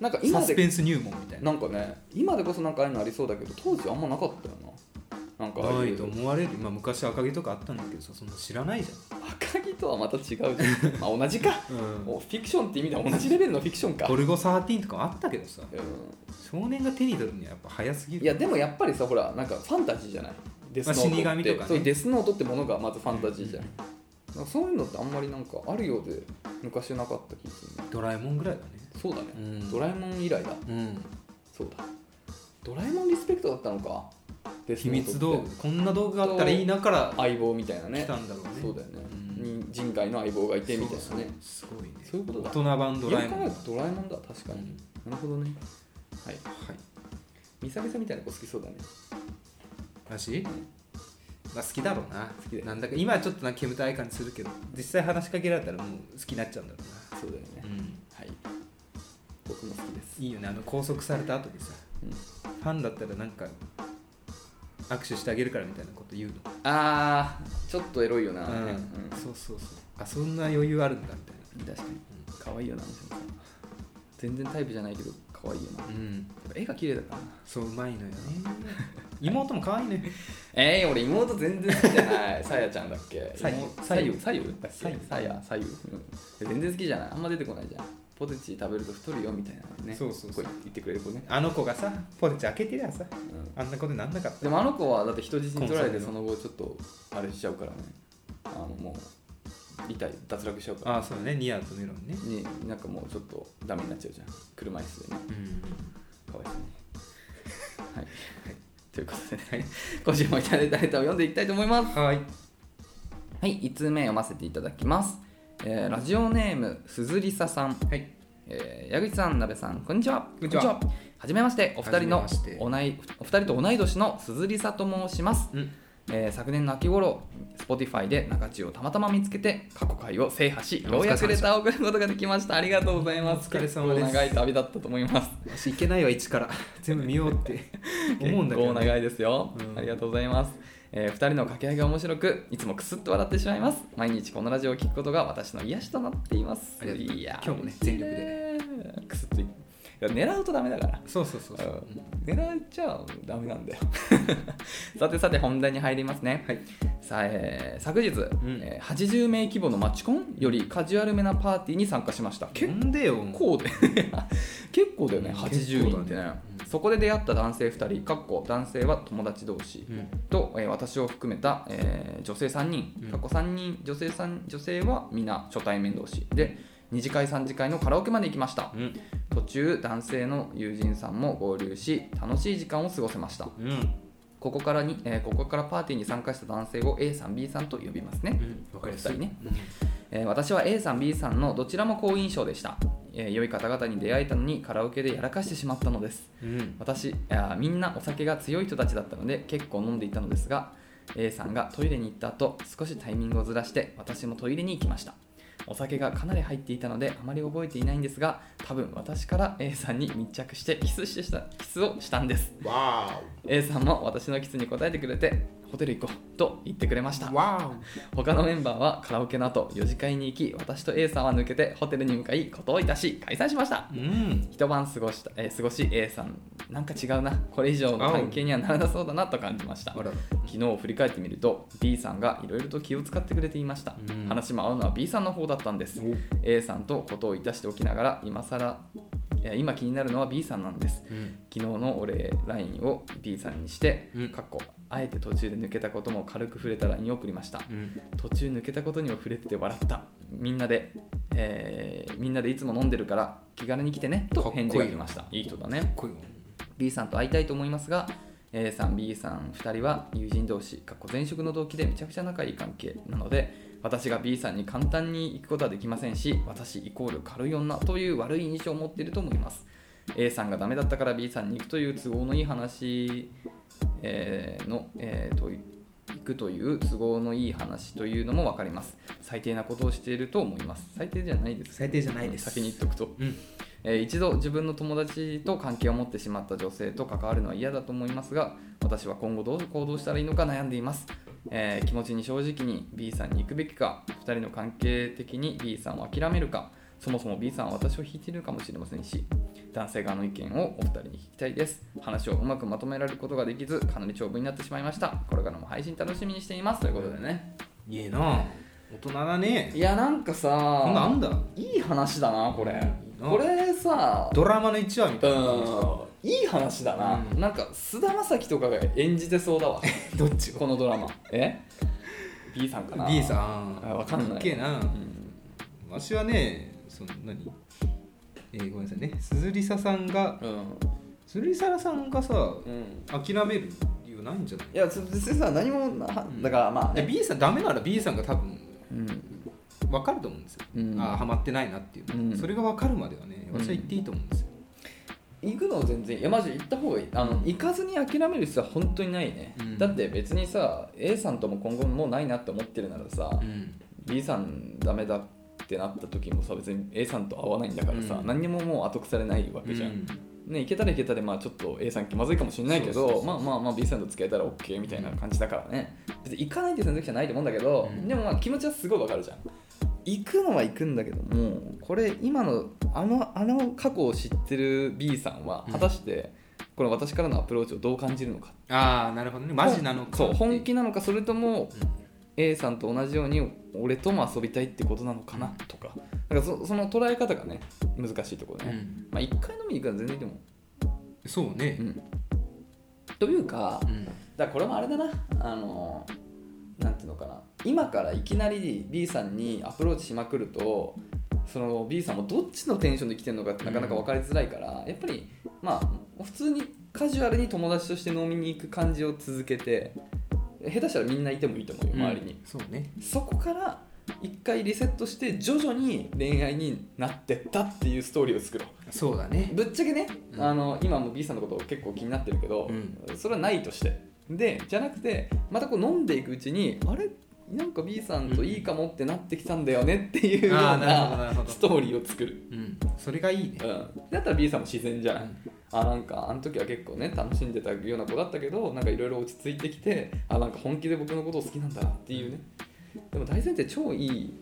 [SPEAKER 2] なんか今
[SPEAKER 1] サスペ
[SPEAKER 2] で
[SPEAKER 1] ンス入門みたいな
[SPEAKER 2] なんかね今でこそなんかああいうのありそうだけど当時あんまなかったよななんかああ
[SPEAKER 1] な
[SPEAKER 2] いう
[SPEAKER 1] いと思われる、まあ、昔赤城とかあったんだけどさそんな知らないじ
[SPEAKER 2] 赤城とはまた違うじゃんまあ同じか
[SPEAKER 1] ゃん、
[SPEAKER 2] もうフィクションって意味では同じレベルのフィクションか、
[SPEAKER 1] ゴルゴ13とかもあったけどさ
[SPEAKER 2] う
[SPEAKER 1] 少年が手に取るにはやっぱ早すぎ
[SPEAKER 2] ん、
[SPEAKER 1] る
[SPEAKER 2] いやでもやっぱりさほらなんかファンタジーじゃないデスノートって、
[SPEAKER 1] まあ死神とかね
[SPEAKER 2] そうデスノートってものがまずファンタジーじゃん、なんかそういうのってあんまりなんかあるようで昔なかった気がするね
[SPEAKER 1] ドラえもんぐらいだね
[SPEAKER 2] そうだね、
[SPEAKER 1] うん
[SPEAKER 2] ドラえもん以来だ
[SPEAKER 1] うん
[SPEAKER 2] そうだドラえもんリスペクトだったのかデス
[SPEAKER 1] 秘
[SPEAKER 2] ノートって
[SPEAKER 1] 密道具こんな道具があったらいいなから
[SPEAKER 2] 相棒みたいなね
[SPEAKER 1] 来たんだろうね
[SPEAKER 2] そうだよね、
[SPEAKER 1] うん
[SPEAKER 2] に人外の相棒がいてみたいなね
[SPEAKER 1] そうそうすごいね
[SPEAKER 2] そういうことだ
[SPEAKER 1] 大人版ドラえもん
[SPEAKER 2] よく考えるとドラえもんだ確かに、なるほどねはい
[SPEAKER 1] はい
[SPEAKER 2] みさみさみたいな子好きそうだね
[SPEAKER 1] 私、まあ、好きだろうな
[SPEAKER 2] 好きだよ
[SPEAKER 1] なんだか今はちょっとなんか煙たい感じするけど実際話しかけられたらもう好きになっちゃうんだろ
[SPEAKER 2] そうだよね、
[SPEAKER 1] うな、うん、
[SPEAKER 2] はい僕も好きです、
[SPEAKER 1] いいよねあの拘束された後でさ
[SPEAKER 2] うん
[SPEAKER 1] ファンだったらなんか握手してあげるからみたいなこと言うの、
[SPEAKER 2] あーちょっとエロいよな、
[SPEAKER 1] うん
[SPEAKER 2] うん
[SPEAKER 1] そうそうそうあそんな余裕あるんだみたいな
[SPEAKER 2] 確かに可愛いよなみさみさん全然タイプじゃないけど可愛いよな
[SPEAKER 1] うん
[SPEAKER 2] 絵が綺麗だからな
[SPEAKER 1] そううまいのよね 妹も可愛いのよ
[SPEAKER 2] えー、俺妹全然好きじゃ ないさやちゃんだっけ
[SPEAKER 1] さゆ
[SPEAKER 2] 妹
[SPEAKER 1] さ
[SPEAKER 2] さ
[SPEAKER 1] ゆ
[SPEAKER 2] ゆさゆだっけ
[SPEAKER 1] さゆ
[SPEAKER 2] さやさゆ、うん、全然好きじゃないあんま出てこないじゃんポテチ食べると太るよみたいなのね
[SPEAKER 1] そうそうそう
[SPEAKER 2] こ言ってくれる子ね、
[SPEAKER 1] あの子がさポテチ開けてりゃさ
[SPEAKER 2] うん
[SPEAKER 1] あんなことになんなかった
[SPEAKER 2] でもあの子はだって人質に取られて
[SPEAKER 1] コンサ
[SPEAKER 2] その後ちょっとあれしちゃうからねあのもう痛い脱落しちゃうから
[SPEAKER 1] ああそうねニアとメロンね
[SPEAKER 2] になんかもうちょっとダメになっちゃうじゃん車椅子でね
[SPEAKER 1] うん
[SPEAKER 2] かわいそうにはい、ということで、ね、今週もいただいたネタを読んでいきたいと思います
[SPEAKER 1] はい
[SPEAKER 2] はい、1通目読ませていただきます。えーラジオネーム、すずりささん。
[SPEAKER 1] はい
[SPEAKER 2] えー矢口さん、なべさん、こんにちは。
[SPEAKER 1] こんにちは
[SPEAKER 2] はじめまして、お二人の
[SPEAKER 1] はじめまして
[SPEAKER 2] おない、お二人と同い年のすずりさと申します。
[SPEAKER 1] うん
[SPEAKER 2] えー昨年の秋頃 Spotify で中地をたまたま見つけて過去回を制覇し
[SPEAKER 1] お疲れ様
[SPEAKER 2] ようやくレ
[SPEAKER 1] でした
[SPEAKER 2] ターを送ることができましたありがとうございます
[SPEAKER 1] お疲れ様です
[SPEAKER 2] 結構長い旅だったと思います
[SPEAKER 1] 私いけないわ一から 全部見ようって 思うんだけど、
[SPEAKER 2] 結構長いですよ、
[SPEAKER 1] うん
[SPEAKER 2] ありがとうございます、え2人の掛け合いが面白くいつもクスッと笑ってしまいます毎日このラジオを聞くことが私の癒しとなっています
[SPEAKER 1] ありがとうございます
[SPEAKER 2] や
[SPEAKER 1] 今日もね全力で
[SPEAKER 2] でクスッといいや狙うとダメだから
[SPEAKER 1] そうそうそうそう
[SPEAKER 2] うん狙っちゃダメなんだよ さてさて本題に入りますね、
[SPEAKER 1] はい
[SPEAKER 2] さあえー昨日、
[SPEAKER 1] ん
[SPEAKER 2] えー80名規模のマチコンよりカジュアルめなパーティーに参加しました結
[SPEAKER 1] なんでよ
[SPEAKER 2] 構で 結構だよね
[SPEAKER 1] うん
[SPEAKER 2] 80
[SPEAKER 1] 結構
[SPEAKER 2] 人ってね
[SPEAKER 1] だねうん
[SPEAKER 2] そこで出会った男性2人かっこ男性は友達同士、
[SPEAKER 1] うん
[SPEAKER 2] と、えー私を含めた、えー女性3人
[SPEAKER 1] うん
[SPEAKER 2] かっこ3人女性3女性は皆初対面同士で2次会3次会のカラオケまで行きました
[SPEAKER 1] うん
[SPEAKER 2] 途中男性の友人さんも合流し楽しい時間を過ごせました
[SPEAKER 1] うんわ、
[SPEAKER 2] ここからに、えーここからパーティーに参加した男性を A さん B さんと呼びますね、
[SPEAKER 1] うん、かりやすい
[SPEAKER 2] ねえー私は A さん B さんのどちらも好印象でした、えー良い方々に出会えたのにカラオケでやらかしてしまったのです
[SPEAKER 1] うん
[SPEAKER 2] 私あーみんなお酒が強い人たちだったので結構飲んでいたのですが A さんがトイレに行った後少しタイミングをずらして私もトイレに行きましたお酒がかなり入っていたのであまり覚えていないんですが多分私から A さんに密着してキスしてしたキスをしたんです
[SPEAKER 1] わ
[SPEAKER 2] A さんも私のキスに応えてくれてホテル行こうと言ってくれました
[SPEAKER 1] おわ
[SPEAKER 2] 他のメンバーはカラオケの後4次会に行き私と A さんは抜けてホテルに向かいことをいたし解散しました
[SPEAKER 1] おうん
[SPEAKER 2] 一晩過ごした、えー過ごし A さんなんか違うなこれ以上の関係にはならなそうだなと感じました
[SPEAKER 1] あらら
[SPEAKER 2] 昨日を振り返ってみると B さんがいろいろと気を使ってくれていました、
[SPEAKER 1] うん
[SPEAKER 2] 話も合うのは B さんの方だったんです
[SPEAKER 1] お
[SPEAKER 2] A さんとことをいたしておきながら今更いや今気になるのは B さんなんです
[SPEAKER 1] うん
[SPEAKER 2] 昨日のお礼 LINE を B さんにして、
[SPEAKER 1] うん
[SPEAKER 2] かっこあえて途中で抜けたことも軽く触れた LINE を送りました、
[SPEAKER 1] うん
[SPEAKER 2] 途中抜けたことにも触れてて笑ったみんなで、えーみんなでいつも飲んでるから気軽に来てね
[SPEAKER 1] か
[SPEAKER 2] と
[SPEAKER 1] っこいい
[SPEAKER 2] 返事が来ましたいい人だね
[SPEAKER 1] こい
[SPEAKER 2] B さんと会いたいと思いますが A さん B さん2人は友人同士かっこ前職の同期でめちゃくちゃ仲いい関係なので私が B さんに簡単に行くことはできませんし私イコール軽い女という悪い印象を持っていると思います A さんがダメだったから B さんに行くという都合のいい話、えーの、えーと行くという都合のいい話というのも分かります最低なことをしていると思います最低じゃないです
[SPEAKER 1] 最低じゃないです
[SPEAKER 2] 先に言っとくと
[SPEAKER 1] うん
[SPEAKER 2] えー一度自分の友達と関係を持ってしまった女性と関わるのは嫌だと思いますが私は今後どう行動したらいいのか悩んでいます、えー気持ちに正直に B さんに行くべきか2人の関係的に B さんを諦めるかそもそも B さんは私を引いているかもしれませんし男性側の意見をお二人に聞きたいです話をうまくまとめられることができずかなり長文になってしまいましたこれからも配信楽しみにしていますということでね
[SPEAKER 1] いいな大人だね
[SPEAKER 2] いやなんか
[SPEAKER 1] こんなんあ
[SPEAKER 2] さ
[SPEAKER 1] んだ
[SPEAKER 2] いい話だなこれ
[SPEAKER 1] いな
[SPEAKER 2] これさ
[SPEAKER 1] ドラマの一話みたいな感じ
[SPEAKER 2] うんいい話だな、
[SPEAKER 1] うん
[SPEAKER 2] なんか菅田将暉とかが演じてそうだ わ
[SPEAKER 1] どっち
[SPEAKER 2] このドラマえ B さんかな
[SPEAKER 1] B さ
[SPEAKER 2] ん
[SPEAKER 1] ん
[SPEAKER 2] あわかんない
[SPEAKER 1] っけえな
[SPEAKER 2] うん
[SPEAKER 1] わしはねその何えーごめんなさいね鈴りささんが
[SPEAKER 2] うん、
[SPEAKER 1] 鈴りさらさんがさ
[SPEAKER 2] うん、
[SPEAKER 1] 諦める理由ないんじゃない
[SPEAKER 2] いやそ別にさ何もなはだからまあ、
[SPEAKER 1] いや B さんダメなら B さんが多分
[SPEAKER 2] うん、
[SPEAKER 1] 分かると思うんですよ、
[SPEAKER 2] うん
[SPEAKER 1] ああハマってないなっていう、
[SPEAKER 2] うん
[SPEAKER 1] それが分かるまではね私は言っていいと思うんですよ、
[SPEAKER 2] 行くの全然いやマジ行った方がいいあの、行かずに諦める必要は本当にないね、
[SPEAKER 1] うん
[SPEAKER 2] だって別にさ A さんとも今後もうないなって思ってるならさ、
[SPEAKER 1] うん、
[SPEAKER 2] B さんダメだってなった時もさ別に A さんと会わないんだからさ、
[SPEAKER 1] うん
[SPEAKER 2] 何にももう後腐れないわけじゃん、ね、いけたらいけたで、まあ、ちょっと A さん気まずいかもしれないけ
[SPEAKER 1] そうそう
[SPEAKER 2] ど
[SPEAKER 1] そう
[SPEAKER 2] まあまあまあ B さんと付き合えたら OK みたいな感じだからね別に行かないって選択肢はないと思うんだけど、
[SPEAKER 1] うん
[SPEAKER 2] でもまあ気持ちはすごいわかるじゃん行くのは行くんだけどもこれ今のあのあの過去を知ってる B さんは
[SPEAKER 1] うん
[SPEAKER 2] 果たしてこの私からのアプローチをどう感じるのか
[SPEAKER 1] ああなるほどねマジなのか
[SPEAKER 2] そう
[SPEAKER 1] ってい
[SPEAKER 2] 本気なのかそれと
[SPEAKER 1] う
[SPEAKER 2] も
[SPEAKER 1] ん
[SPEAKER 2] A さんと同じように俺とも遊びたいってことなのかなとかなんかそその捉え方がね難しいところ
[SPEAKER 1] う
[SPEAKER 2] ね、
[SPEAKER 1] ん
[SPEAKER 2] まあ1回飲みに行くのは全然いいと思
[SPEAKER 1] そうね
[SPEAKER 2] う、うん、というか
[SPEAKER 1] うん
[SPEAKER 2] だからこれもあれだなあのなんていうのかな今からいきなり B さんにアプローチしまくるとその B さんもどっちのテンションで来てるのかってなかなか分かりづらいから、やっぱりまあ普通にカジュアルに友達として飲みに行く感じを続けて下手したらみんないてもいいと思うよ周りに、
[SPEAKER 1] そうね
[SPEAKER 2] そこから一回リセットして徐々に恋愛になってったっていうストーリーを作ろう
[SPEAKER 1] そうだね
[SPEAKER 2] ぶっちゃけね、
[SPEAKER 1] うん
[SPEAKER 2] あの今も B さんのこと結構気になってるけど、
[SPEAKER 1] う
[SPEAKER 2] それはないとしてでじゃなくてまたこう飲んでいくうちにあれなんか B さんといいかもってなってきたんだよねっていうよう
[SPEAKER 1] あーなるほどな
[SPEAKER 2] な
[SPEAKER 1] るほど
[SPEAKER 2] ストーリーを作る、
[SPEAKER 1] うんそれがいいね
[SPEAKER 2] うん、だったら B さんも自然じゃ
[SPEAKER 1] う
[SPEAKER 2] ない、
[SPEAKER 1] ん
[SPEAKER 2] あなんかあの時は結構ね楽しんでたような子だったけどなんかいろいろ落ち着いてきてあなんか本気で僕のことを好きなんだなっていうねでも大前提超いい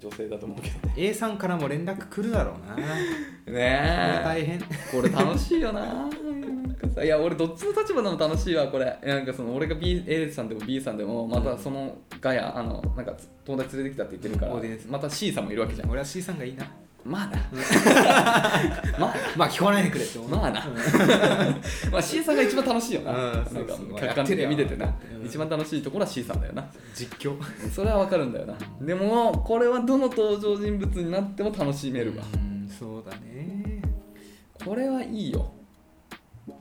[SPEAKER 2] 女性だと思うけどね
[SPEAKER 1] A さんからも連絡来るだろうなこれ
[SPEAKER 2] ね
[SPEAKER 1] 大変
[SPEAKER 2] これ楽しいよななんかさいや俺どっちの立場でも楽しいわこれなんかその俺が B A さんでも B さんでもまたそのガヤあのなんか友達連れてきたって言ってるから
[SPEAKER 1] オーディエンス
[SPEAKER 2] また C さんもいるわけじゃん
[SPEAKER 1] 俺は C さんがいいな
[SPEAKER 2] まあ なまあ
[SPEAKER 1] まあ聞こえないでくれって思う
[SPEAKER 2] まあなまあ C さんが一番楽しいよな
[SPEAKER 1] うん
[SPEAKER 2] なんか
[SPEAKER 1] そうそう
[SPEAKER 2] 客観的に見ててな
[SPEAKER 1] うん
[SPEAKER 2] 一番楽しいところは C さんだよな
[SPEAKER 1] 実況
[SPEAKER 2] それはわかるんだよなでもこれはどの登場人物になっても楽しめるわ
[SPEAKER 1] うんそうだね
[SPEAKER 2] これはいいよ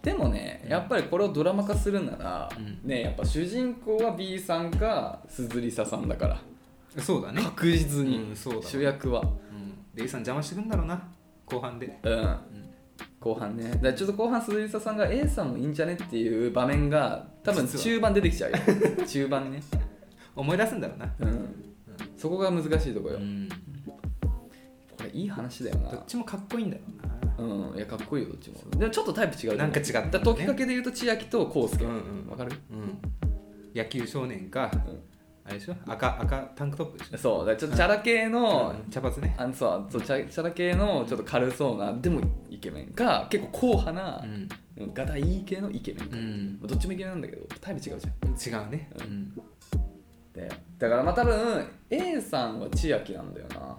[SPEAKER 2] でもねやっぱりこれをドラマ化するなら、
[SPEAKER 1] うん
[SPEAKER 2] ねやっぱ主人公は B さんか鈴梨沙さんだから
[SPEAKER 1] そうだね
[SPEAKER 2] 確実に、
[SPEAKER 1] うんそうだ
[SPEAKER 2] 主役は
[SPEAKER 1] うんで A さん邪魔してくんだろうな後半で
[SPEAKER 2] うん、後半ねだからちょっと後半鈴梨沙さんが A さんもいいんじゃねっていう場面が多分
[SPEAKER 1] 実は
[SPEAKER 2] 中盤出てきちゃうよ 中盤ね、
[SPEAKER 1] 思い出すんだろうな
[SPEAKER 2] うん、そこが難しいとこよ、
[SPEAKER 1] うん
[SPEAKER 2] これいい話だよな
[SPEAKER 1] どっちもかっこいいんだろうな
[SPEAKER 2] うんいやかっこいいよどっちもでもちょっとタイプ違うと思う
[SPEAKER 1] なんか違ったね
[SPEAKER 2] だら時かけで言うと千秋と康介
[SPEAKER 1] うん
[SPEAKER 2] わ、
[SPEAKER 1] うん
[SPEAKER 2] かる、
[SPEAKER 1] うん野球少年か
[SPEAKER 2] うん
[SPEAKER 1] あれでしょ赤赤タンクトップでしょ
[SPEAKER 2] そうだからちょっとチャラ系の、
[SPEAKER 1] うん茶髪ね
[SPEAKER 2] あのさそうチャチャラ系のちょっと軽そうなでもイケメンか結構硬派な
[SPEAKER 1] う、ん
[SPEAKER 2] ガタイいい系のイケメン
[SPEAKER 1] う
[SPEAKER 2] か、
[SPEAKER 1] ん
[SPEAKER 2] どっちもイケメンなんだけどタイプ違うじゃん
[SPEAKER 1] 違うね
[SPEAKER 2] う
[SPEAKER 1] うん
[SPEAKER 2] でだからまあ多分 A さんは千秋なんだよな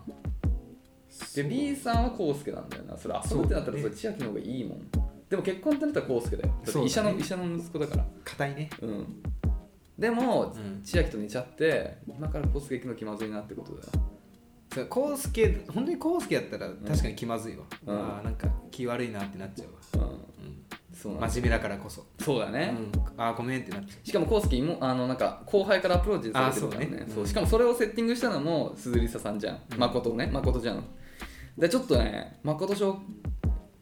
[SPEAKER 2] で B さんは康介なんだよなそれ遊ぶってなったらそ
[SPEAKER 1] そうだね
[SPEAKER 2] れ千秋の方がいいもんでも結婚ってなったら康介だよだって医者
[SPEAKER 1] そ
[SPEAKER 2] の、
[SPEAKER 1] うだね
[SPEAKER 2] 医者の息子だから
[SPEAKER 1] 硬いね
[SPEAKER 2] うんでも、
[SPEAKER 1] うん
[SPEAKER 2] 千秋と寝ちゃって今から康介行くの気まずいなってことだよ
[SPEAKER 1] そうコウスケ本当にコウスケやったら確かに気まずいわ、
[SPEAKER 2] うん
[SPEAKER 1] あーなんか気悪いなってなっちゃうわ、
[SPEAKER 2] うん
[SPEAKER 1] う
[SPEAKER 2] そうなん
[SPEAKER 1] ん、
[SPEAKER 2] だ
[SPEAKER 1] 真面目だからこそ、
[SPEAKER 2] そうだ
[SPEAKER 1] う
[SPEAKER 2] ね、
[SPEAKER 1] ん、あーごめんってなっちゃ
[SPEAKER 2] しかも康介もあのなんか後輩からアプローチされてるからね
[SPEAKER 1] あそうね
[SPEAKER 2] そう
[SPEAKER 1] うん
[SPEAKER 2] しかもそれをセッティングしたのも鈴梨沙さんじゃん、
[SPEAKER 1] うん
[SPEAKER 2] 誠ね誠じゃんでちょっとね誠しょ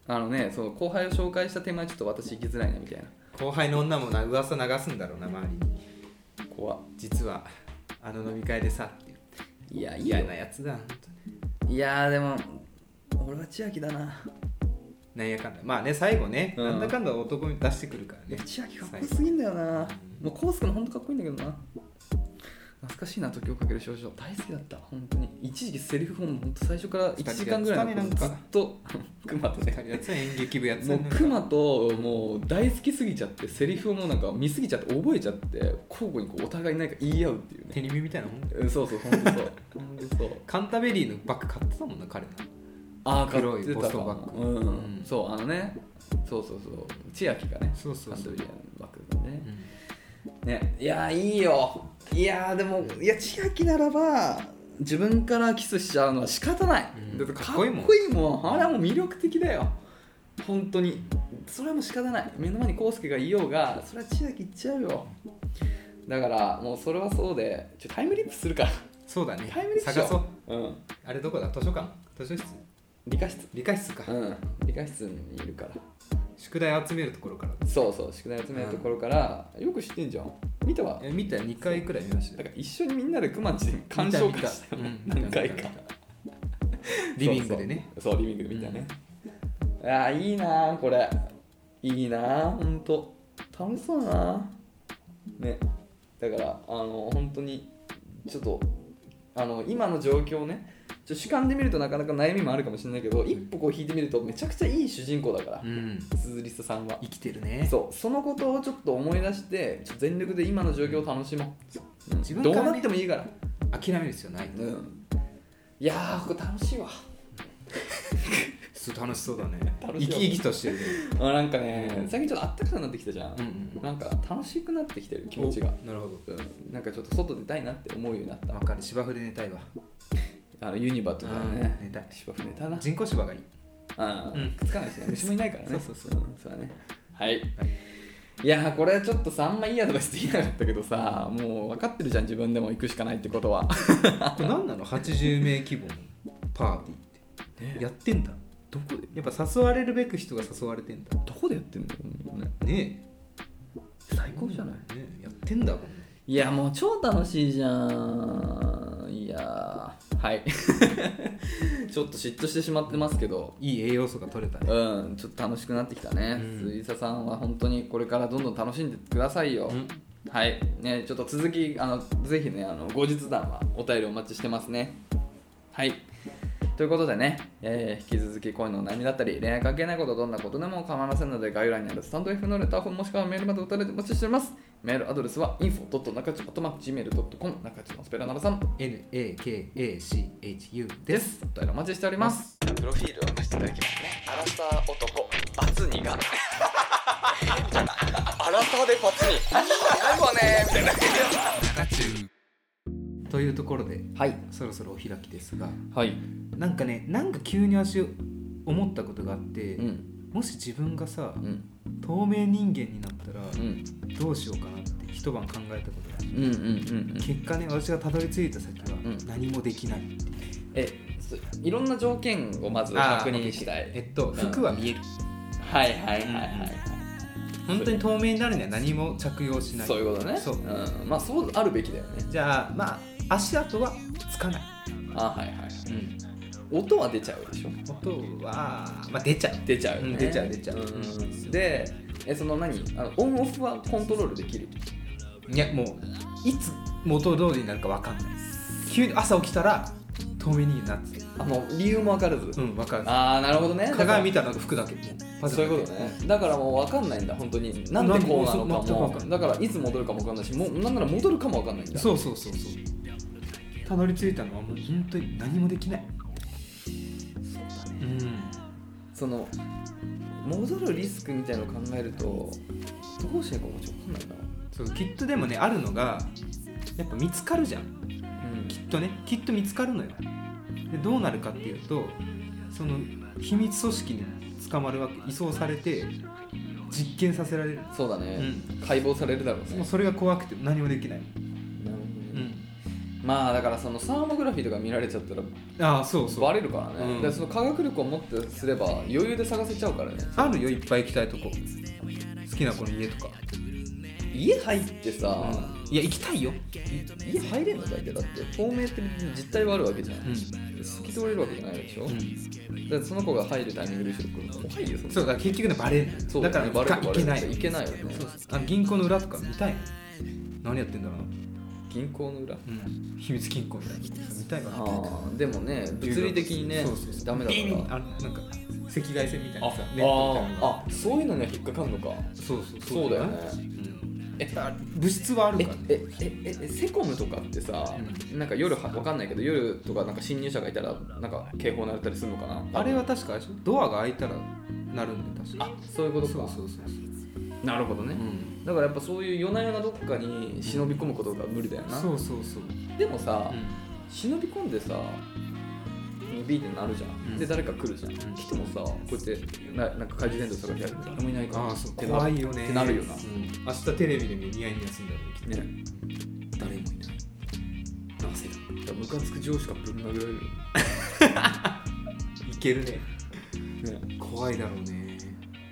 [SPEAKER 2] あのねそう後輩を紹介した手前ちょっと私行きづらいなみたいな
[SPEAKER 1] う後輩の女もな噂流すんだろうな周りに
[SPEAKER 2] 怖っ
[SPEAKER 1] 実はあの飲み会でさって言って
[SPEAKER 2] いやいいよ
[SPEAKER 1] 嫌なやつだ本当に
[SPEAKER 2] いやーでも俺は千秋だな
[SPEAKER 1] なんやかんだまあね最後ね、
[SPEAKER 2] うん
[SPEAKER 1] なんだかんだ男に出してくるから
[SPEAKER 2] いや
[SPEAKER 1] ね
[SPEAKER 2] 千秋かっこよすぎんだよなもう康介のほんとかっこいいんだけどな懐かしいな時をかける少女大好きだった本当に一時期セリフ本当最初から1時間ぐらいのずっと 熊とね
[SPEAKER 1] やつは演劇部やつ
[SPEAKER 2] もうクマともう大好きすぎちゃってセリフをもうなんか見すぎちゃって覚えちゃって交互にこうお互い何か言い合うっていうね
[SPEAKER 1] テニミみたいなもんだよ
[SPEAKER 2] うんそうそうほんとそうほんとそう
[SPEAKER 1] カンタベリーのバッグ買ってたもんな彼な
[SPEAKER 2] ああ
[SPEAKER 1] 黒いボストンバッグ
[SPEAKER 2] うん、
[SPEAKER 1] うん
[SPEAKER 2] そうあのねそうそうそう千秋がね
[SPEAKER 1] そうそうそう
[SPEAKER 2] カントリーのバッグがね,、ねいやーいいよいやーでもいや千秋ならば自分からキスしちゃうのは仕方ない、
[SPEAKER 1] うん
[SPEAKER 2] だって
[SPEAKER 1] かっこいいもん
[SPEAKER 2] かっこいいもんあれはもう魅力的だよ本当にそれはもう仕方ない目の前に康介がいようがそれは千秋いっちゃうよだからもうそれはそうでちょタイムリープするから
[SPEAKER 1] そうだね
[SPEAKER 2] タイムリープしよ
[SPEAKER 1] 探そう
[SPEAKER 2] う、うん、
[SPEAKER 1] あれどこだ図書館図書室
[SPEAKER 2] 理科室
[SPEAKER 1] 理科室か、
[SPEAKER 2] うん理科室にいるから
[SPEAKER 1] 宿題集めるところから
[SPEAKER 2] そうそう宿題集めるところから、よく知ってんじゃん見たわ
[SPEAKER 1] え見たよ2回くらい見ました
[SPEAKER 2] だ
[SPEAKER 1] よ
[SPEAKER 2] から一緒にみんなで熊地で鑑賞会したよ、
[SPEAKER 1] 見た見たうん
[SPEAKER 2] 何回か
[SPEAKER 1] 見た見リビングでね
[SPEAKER 2] そうそうそうリビングで見たね、ああいいなあこれいいなあほんと楽しそうだなねだからあの本当にちょっとあの今の状況をねちょ主観で見るとなかなか悩みもあるかもしれないけど一歩こう引いてみるとめちゃくちゃいい主人公だから、
[SPEAKER 1] うん
[SPEAKER 2] 鈴リスさんは
[SPEAKER 1] 生きてるね
[SPEAKER 2] そうそのことをちょっと思い出してちょっと全力で今の状況を楽しもう、うん
[SPEAKER 1] 自分か
[SPEAKER 2] ど
[SPEAKER 1] ら
[SPEAKER 2] う
[SPEAKER 1] ね
[SPEAKER 2] なってもいいから、
[SPEAKER 1] 諦める必要ない、
[SPEAKER 2] うん、いやーこれ楽しいわ
[SPEAKER 1] す楽しそうだね
[SPEAKER 2] 楽
[SPEAKER 1] 生
[SPEAKER 2] し
[SPEAKER 1] き
[SPEAKER 2] そう
[SPEAKER 1] 生きとしてるね
[SPEAKER 2] あなんかね、
[SPEAKER 1] うん
[SPEAKER 2] 最近ちょっとあったかくなってきたじゃん、
[SPEAKER 1] うん
[SPEAKER 2] なんか楽しくなってきてる気持ちが、
[SPEAKER 1] おなるほど
[SPEAKER 2] うん、なんかちょっと外出たいなって思うようになった
[SPEAKER 1] わかる芝生で寝たいわ
[SPEAKER 2] あのユニバとかね、
[SPEAKER 1] うん寝たい
[SPEAKER 2] 芝生寝たな
[SPEAKER 1] 人工芝がいい
[SPEAKER 2] あ
[SPEAKER 1] う
[SPEAKER 2] ー
[SPEAKER 1] ん
[SPEAKER 2] くっつかないしね虫もいないからね
[SPEAKER 1] そうそうそうん
[SPEAKER 2] そうだねはい、い、やーこれはちょっとさあんまいいアドバイスできなかったけどさもう分かってるじゃん自分でも行くしかないってことは
[SPEAKER 1] これ何なの80名規模のパーティーってやってんだ
[SPEAKER 2] どこで
[SPEAKER 1] やっぱ誘われるべく人が誘われてんだ
[SPEAKER 2] どこでやってんのこんなのね
[SPEAKER 1] ね
[SPEAKER 2] 最高じゃない
[SPEAKER 1] えねえやってんだこんない
[SPEAKER 2] やもう超楽しいじゃんいやーはい ちょっと嫉妬してしまってますけど
[SPEAKER 1] いい栄養素が取れたね
[SPEAKER 2] うんちょっと楽しくなってきたね
[SPEAKER 1] うん
[SPEAKER 2] 鈴井さんは本当にこれからどんどん楽しんでってくださいよ、
[SPEAKER 1] うん
[SPEAKER 2] はいねちょっと続きあのぜひねあの後日談はお便りお待ちしてますねはいということでね、えー引き続き恋の悩みだったり恋愛関係ないことどんなことでも構いませんので概要欄にあるスタンド F のレター本もしくはメールまでお便りでお待ちしておりますメールアドレスは info.nakachu.gmail.com 中地のスペラナバさん
[SPEAKER 1] NAKACHU
[SPEAKER 2] で
[SPEAKER 1] です
[SPEAKER 2] すお便りお待ちしておりますプロフィールを出していただきますねアラサー男バツニがアラサーでバツニないわねみたいな
[SPEAKER 1] というところで
[SPEAKER 2] はい
[SPEAKER 1] そろそろお開きですが
[SPEAKER 2] はい
[SPEAKER 1] なんかねなんか急に私思ったことがあって、
[SPEAKER 2] うん
[SPEAKER 1] もし自分がさ、
[SPEAKER 2] うん
[SPEAKER 1] 透明人間になったら
[SPEAKER 2] うん
[SPEAKER 1] どうしようかなって一晩考えたことがある、
[SPEAKER 2] うんうんうんうん
[SPEAKER 1] 結果ね私がたどり着いた先は
[SPEAKER 2] うん
[SPEAKER 1] 何もできない、
[SPEAKER 2] えそいろんな条件をまず確認したい
[SPEAKER 1] えっと
[SPEAKER 2] ん
[SPEAKER 1] 服は見える、
[SPEAKER 2] はいはいはいはいはい
[SPEAKER 1] 本当に透明になるには何も着用しない
[SPEAKER 2] そういうことね、
[SPEAKER 1] そうん
[SPEAKER 2] まあそうあるべきだよね
[SPEAKER 1] じゃあまあ足跡はつかない、
[SPEAKER 2] あはいはい音は出ちゃうでしょ
[SPEAKER 1] 音は、まあ、出ちゃう
[SPEAKER 2] 出ちゃうよね、
[SPEAKER 1] うん出ちゃう出ちゃうん
[SPEAKER 2] でえその何あのオンオフはコントロールできる
[SPEAKER 1] いやもういつ元通りになるか分かんないです急に朝起きたら透明になって
[SPEAKER 2] あの理由も分からず、
[SPEAKER 1] うん分かる
[SPEAKER 2] ああなるほどねだから
[SPEAKER 1] 鏡見たら服だけもうパジ
[SPEAKER 2] そう
[SPEAKER 1] ャマ
[SPEAKER 2] いう
[SPEAKER 1] だけ
[SPEAKER 2] ことねだからもう分かんないんだ本当になんでこ
[SPEAKER 1] なんで
[SPEAKER 2] うなのか
[SPEAKER 1] そう全く分
[SPEAKER 2] も
[SPEAKER 1] かん
[SPEAKER 2] だからいつ戻るかも分かんないしもうなんなら戻るかも分かんないんだ
[SPEAKER 1] そうそうそうそうたどり着いたのはもう本当に何もできないうん
[SPEAKER 2] その戻るリスクみたいのを考えるとどうしていいかもちょっと分かんない
[SPEAKER 1] そうきっとでもねあるのがやっぱ見つかるじゃん
[SPEAKER 2] な、うん、
[SPEAKER 1] きっとねきっと見つかるのよでどうなるかっていうとその秘密組織に捕まるわけ移送されて実験させられる
[SPEAKER 2] そうだね、
[SPEAKER 1] う
[SPEAKER 2] 解剖されるだろうね
[SPEAKER 1] もうそれが怖くて何もできない、
[SPEAKER 2] なるほどねまあだからそのサーモグラフィーとか見られちゃったら
[SPEAKER 1] ああそうそう
[SPEAKER 2] バレるから
[SPEAKER 1] う
[SPEAKER 2] ね、
[SPEAKER 1] ん
[SPEAKER 2] だからその科学力を持ってすれば余裕で探せちゃうからね
[SPEAKER 1] あるよいっぱい行きたいとこ好きな子の家とか
[SPEAKER 2] 家入ってさ、
[SPEAKER 1] いや行きたいよ、
[SPEAKER 2] 家入れんのだけどだって透明って実態はあるわけじゃん、
[SPEAKER 1] う
[SPEAKER 2] 透き通れるわけじゃないでしょ、
[SPEAKER 1] ん
[SPEAKER 2] だってその子が入るタイミングでしょ怖いよそんな
[SPEAKER 1] そうだから結局ねバレる
[SPEAKER 2] そう
[SPEAKER 1] だからね
[SPEAKER 2] バレる
[SPEAKER 1] か
[SPEAKER 2] バ
[SPEAKER 1] 行
[SPEAKER 2] レ
[SPEAKER 1] け
[SPEAKER 2] る
[SPEAKER 1] ない
[SPEAKER 2] いけないよね
[SPEAKER 1] そうそうあの銀行の裏とか見たい何やってんだろうな、
[SPEAKER 2] 銀行の裏あ
[SPEAKER 1] うん、秘密金庫みたいな見たいかな
[SPEAKER 2] あでもね物理的にね
[SPEAKER 1] そうそうそう
[SPEAKER 2] ダメだ
[SPEAKER 1] ビーン
[SPEAKER 2] から
[SPEAKER 1] あのなんか赤外線みたい
[SPEAKER 2] あ
[SPEAKER 1] なさネットみたいなのが
[SPEAKER 2] ああそういうのには引っかかんのか
[SPEAKER 1] そうそう
[SPEAKER 2] そうだよね
[SPEAKER 1] うん
[SPEAKER 2] え
[SPEAKER 1] あ物質はある
[SPEAKER 2] え
[SPEAKER 1] からね
[SPEAKER 2] ええええセコムとかってさ、なんか夜はわかんないけど夜とかなんか侵入者がいたらなんか警報鳴れたりするのかな
[SPEAKER 1] あれは確かあれでしょドアが開いたらなるんだよ確か
[SPEAKER 2] あそういうことか
[SPEAKER 1] そうそうそうそう
[SPEAKER 2] なるほどね、
[SPEAKER 1] うん
[SPEAKER 2] だからやっぱそういう夜な夜などっかに忍び込むことが無理だよな、
[SPEAKER 1] そうそうそう
[SPEAKER 2] でもさ、
[SPEAKER 1] う
[SPEAKER 2] 忍び込んでさビーってなるじゃん、
[SPEAKER 1] うん
[SPEAKER 2] で誰か来るじゃん、
[SPEAKER 1] ん
[SPEAKER 2] 来てもさこうやってななんか怪獣伝道探してやる誰もいないから
[SPEAKER 1] ああそう
[SPEAKER 2] ってな
[SPEAKER 1] 怖いよね
[SPEAKER 2] ってなるよな、
[SPEAKER 1] う
[SPEAKER 2] ね、
[SPEAKER 1] ん明日テレビで見るニヤニヤするんだよねきっと
[SPEAKER 2] 誰もいないなぜだムカつく上司がぶん殴られるよ
[SPEAKER 1] いけるね
[SPEAKER 2] ね
[SPEAKER 1] 怖いだろうね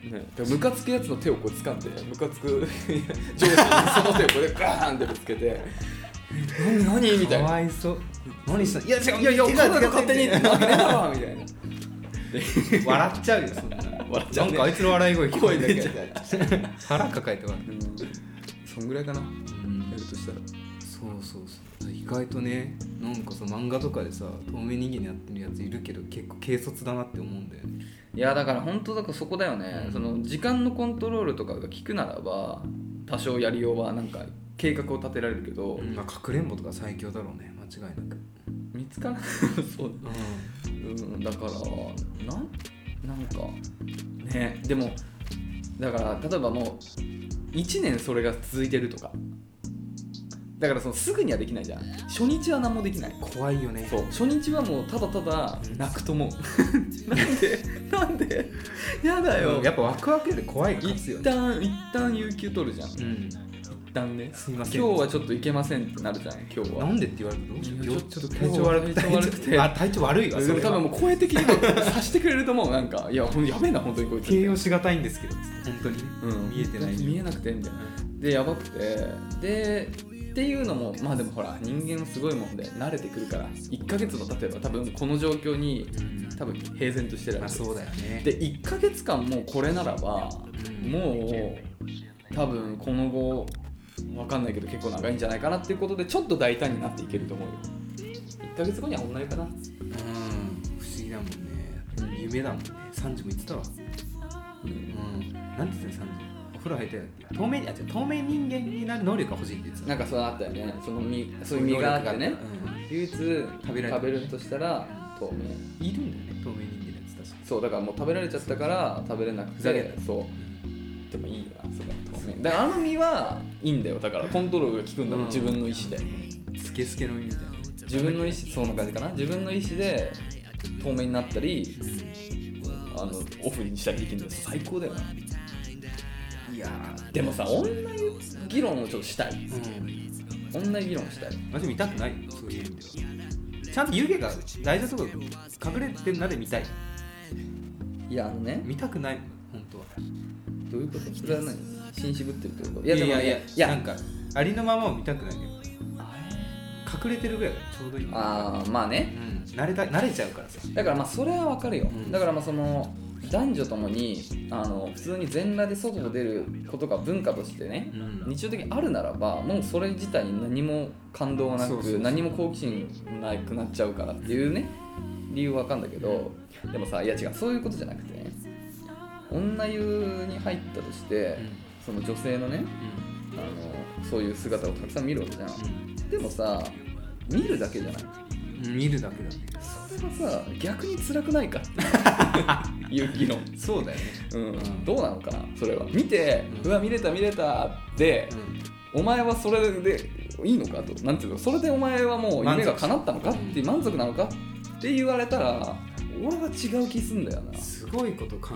[SPEAKER 2] ね、ムカつくやつの手をこう掴んでムカつく上司にその手をこれガーンってぶつけて「何何?」みたい
[SPEAKER 1] か
[SPEAKER 2] な
[SPEAKER 1] わいそう何したいや違う
[SPEAKER 2] 「いやいや
[SPEAKER 1] 手
[SPEAKER 2] こん
[SPEAKER 1] が
[SPEAKER 2] なの勝手に」
[SPEAKER 1] 手が
[SPEAKER 2] なんかねえだろみたいな
[SPEAKER 1] 笑っちゃうよそんな
[SPEAKER 2] 笑っちゃうね
[SPEAKER 1] なんかあいつの笑い声聞こえ
[SPEAKER 2] 声
[SPEAKER 1] て
[SPEAKER 2] 出
[SPEAKER 1] る腹抱えて笑
[SPEAKER 2] うんそんぐらいかなや
[SPEAKER 1] う
[SPEAKER 2] るとしたら
[SPEAKER 1] そうそうそう意外とねなんかさ漫画とかでさ透明人間になってるやついるけど結構軽率だなって思うんだよね
[SPEAKER 2] いやだから本当だからそこだよね、
[SPEAKER 1] うん
[SPEAKER 2] その時間のコントロールとかが効くならば多少やりようはなんか計画を立てられるけど、
[SPEAKER 1] まあかくれんぼとか最強だろうね間違いなく
[SPEAKER 2] 見つからない そう、うん、だからなんなんかねでもだから例えばもう1年それが続いてるとかだからそのすぐにはできないじゃん初日は何もできない
[SPEAKER 1] 怖いよね
[SPEAKER 2] そう初日はもうただただ泣くと思う なんでなんでやだよ、
[SPEAKER 1] うんやっぱワクワクで怖いが勝つよね
[SPEAKER 2] 一旦一旦有給取るじゃん一
[SPEAKER 1] うん
[SPEAKER 2] 旦ね
[SPEAKER 1] すいま
[SPEAKER 2] 今
[SPEAKER 1] せ
[SPEAKER 2] 日
[SPEAKER 1] ん
[SPEAKER 2] はちょっと行けませんってなるじゃん今日
[SPEAKER 1] な
[SPEAKER 2] は
[SPEAKER 1] んでって言われるの
[SPEAKER 2] いや
[SPEAKER 1] よ
[SPEAKER 2] ちょっと体
[SPEAKER 1] 体
[SPEAKER 2] 調
[SPEAKER 1] 調
[SPEAKER 2] 悪
[SPEAKER 1] 悪
[SPEAKER 2] く
[SPEAKER 1] く
[SPEAKER 2] て
[SPEAKER 1] てあ体調悪いわ
[SPEAKER 2] で
[SPEAKER 1] そ
[SPEAKER 2] も
[SPEAKER 1] れ
[SPEAKER 2] 多分
[SPEAKER 1] は
[SPEAKER 2] もう声的にも察してくれると思うなんかいやほんやべえな本当にこいつ
[SPEAKER 1] 形容しがたいんですけど本当に
[SPEAKER 2] うん、
[SPEAKER 1] 見えてない
[SPEAKER 2] 見えなくてみたいなでやばくてでっていうのもまあでもほら人間すごいもんで慣れてくるから1ヶ月も経てば多分この状況に多分平然としてる
[SPEAKER 1] まあそうだよね
[SPEAKER 2] で1ヶ月間もうこれならば
[SPEAKER 1] うん
[SPEAKER 2] もう多分この後わかんないけど結構長いんじゃないかなっていうことでちょっと大胆になっていけると思うよ1ヶ月後には女湯かな
[SPEAKER 1] うん不思議だもんね夢だもんね3時も言ってたわうんなんて言ってたの3時お風呂入って透明あ違う透明人間になる能力が欲しいって言ってた
[SPEAKER 2] なんかそうあったよねその身そういう身があってね唯一食
[SPEAKER 1] べられる
[SPEAKER 2] るとしたら透明
[SPEAKER 1] いるんだよね透明人間のやつ確か
[SPEAKER 2] そうだからもう食べられちゃったから食べれなくて
[SPEAKER 1] ふざけんな
[SPEAKER 2] そうでもいいよなそれは透明だからあの身はいいんだよだからコントロールが効くんだもん、
[SPEAKER 1] うん
[SPEAKER 2] 自分の意思で
[SPEAKER 1] スケスケのみたいな
[SPEAKER 2] 自分の意思そんな感じかな自分の意思で透明になったりあのオフにしたりできるんです最高だよない
[SPEAKER 1] やー
[SPEAKER 2] でもさ女湯議論をちょっとしたい
[SPEAKER 1] うん
[SPEAKER 2] 女湯議論したい
[SPEAKER 1] 私も痛くないよそういう意味ではちゃんと湯気が大事なところ隠れてるなで見たい
[SPEAKER 2] いやあのね
[SPEAKER 1] 見たくないもん本当は
[SPEAKER 2] どういうことそれは何紳士ぶってるってこといやでもねいやい
[SPEAKER 1] なん
[SPEAKER 2] や
[SPEAKER 1] かありのままを見たくないよ隠れてるぐらいがちょうどいい
[SPEAKER 2] ああまあね
[SPEAKER 1] うん慣れた慣れちゃうからさ
[SPEAKER 2] だからまあそれはわかるよ、
[SPEAKER 1] うん
[SPEAKER 2] だからまあその男女ともにあの普通に全裸で外に出ることが文化としてね
[SPEAKER 1] うん
[SPEAKER 2] 日常的にあるならばもうそれ自体に何も感動はなく
[SPEAKER 1] そうそうそう
[SPEAKER 2] 何も好奇心なくなっちゃうからっていうね理由はわかんだけどでもさいや違うそういうことじゃなくてね女湯に入ったとして、その女性のねあのそういう姿をたくさん見るわけじゃん、でもさ見るだけじゃない
[SPEAKER 1] うん見るだけだね
[SPEAKER 2] それはさ逆に辛くな いかっていういう議論、
[SPEAKER 1] そうだよね
[SPEAKER 2] うん、どうなのかなそれは見て、うわ見れた見れたって、お前はそれでいいのかとなんていうのそれでお前はもう夢が叶ったのかっ
[SPEAKER 1] 満足
[SPEAKER 2] て満足なのかって言われたら俺は違う気すんだよな、
[SPEAKER 1] すごいこと考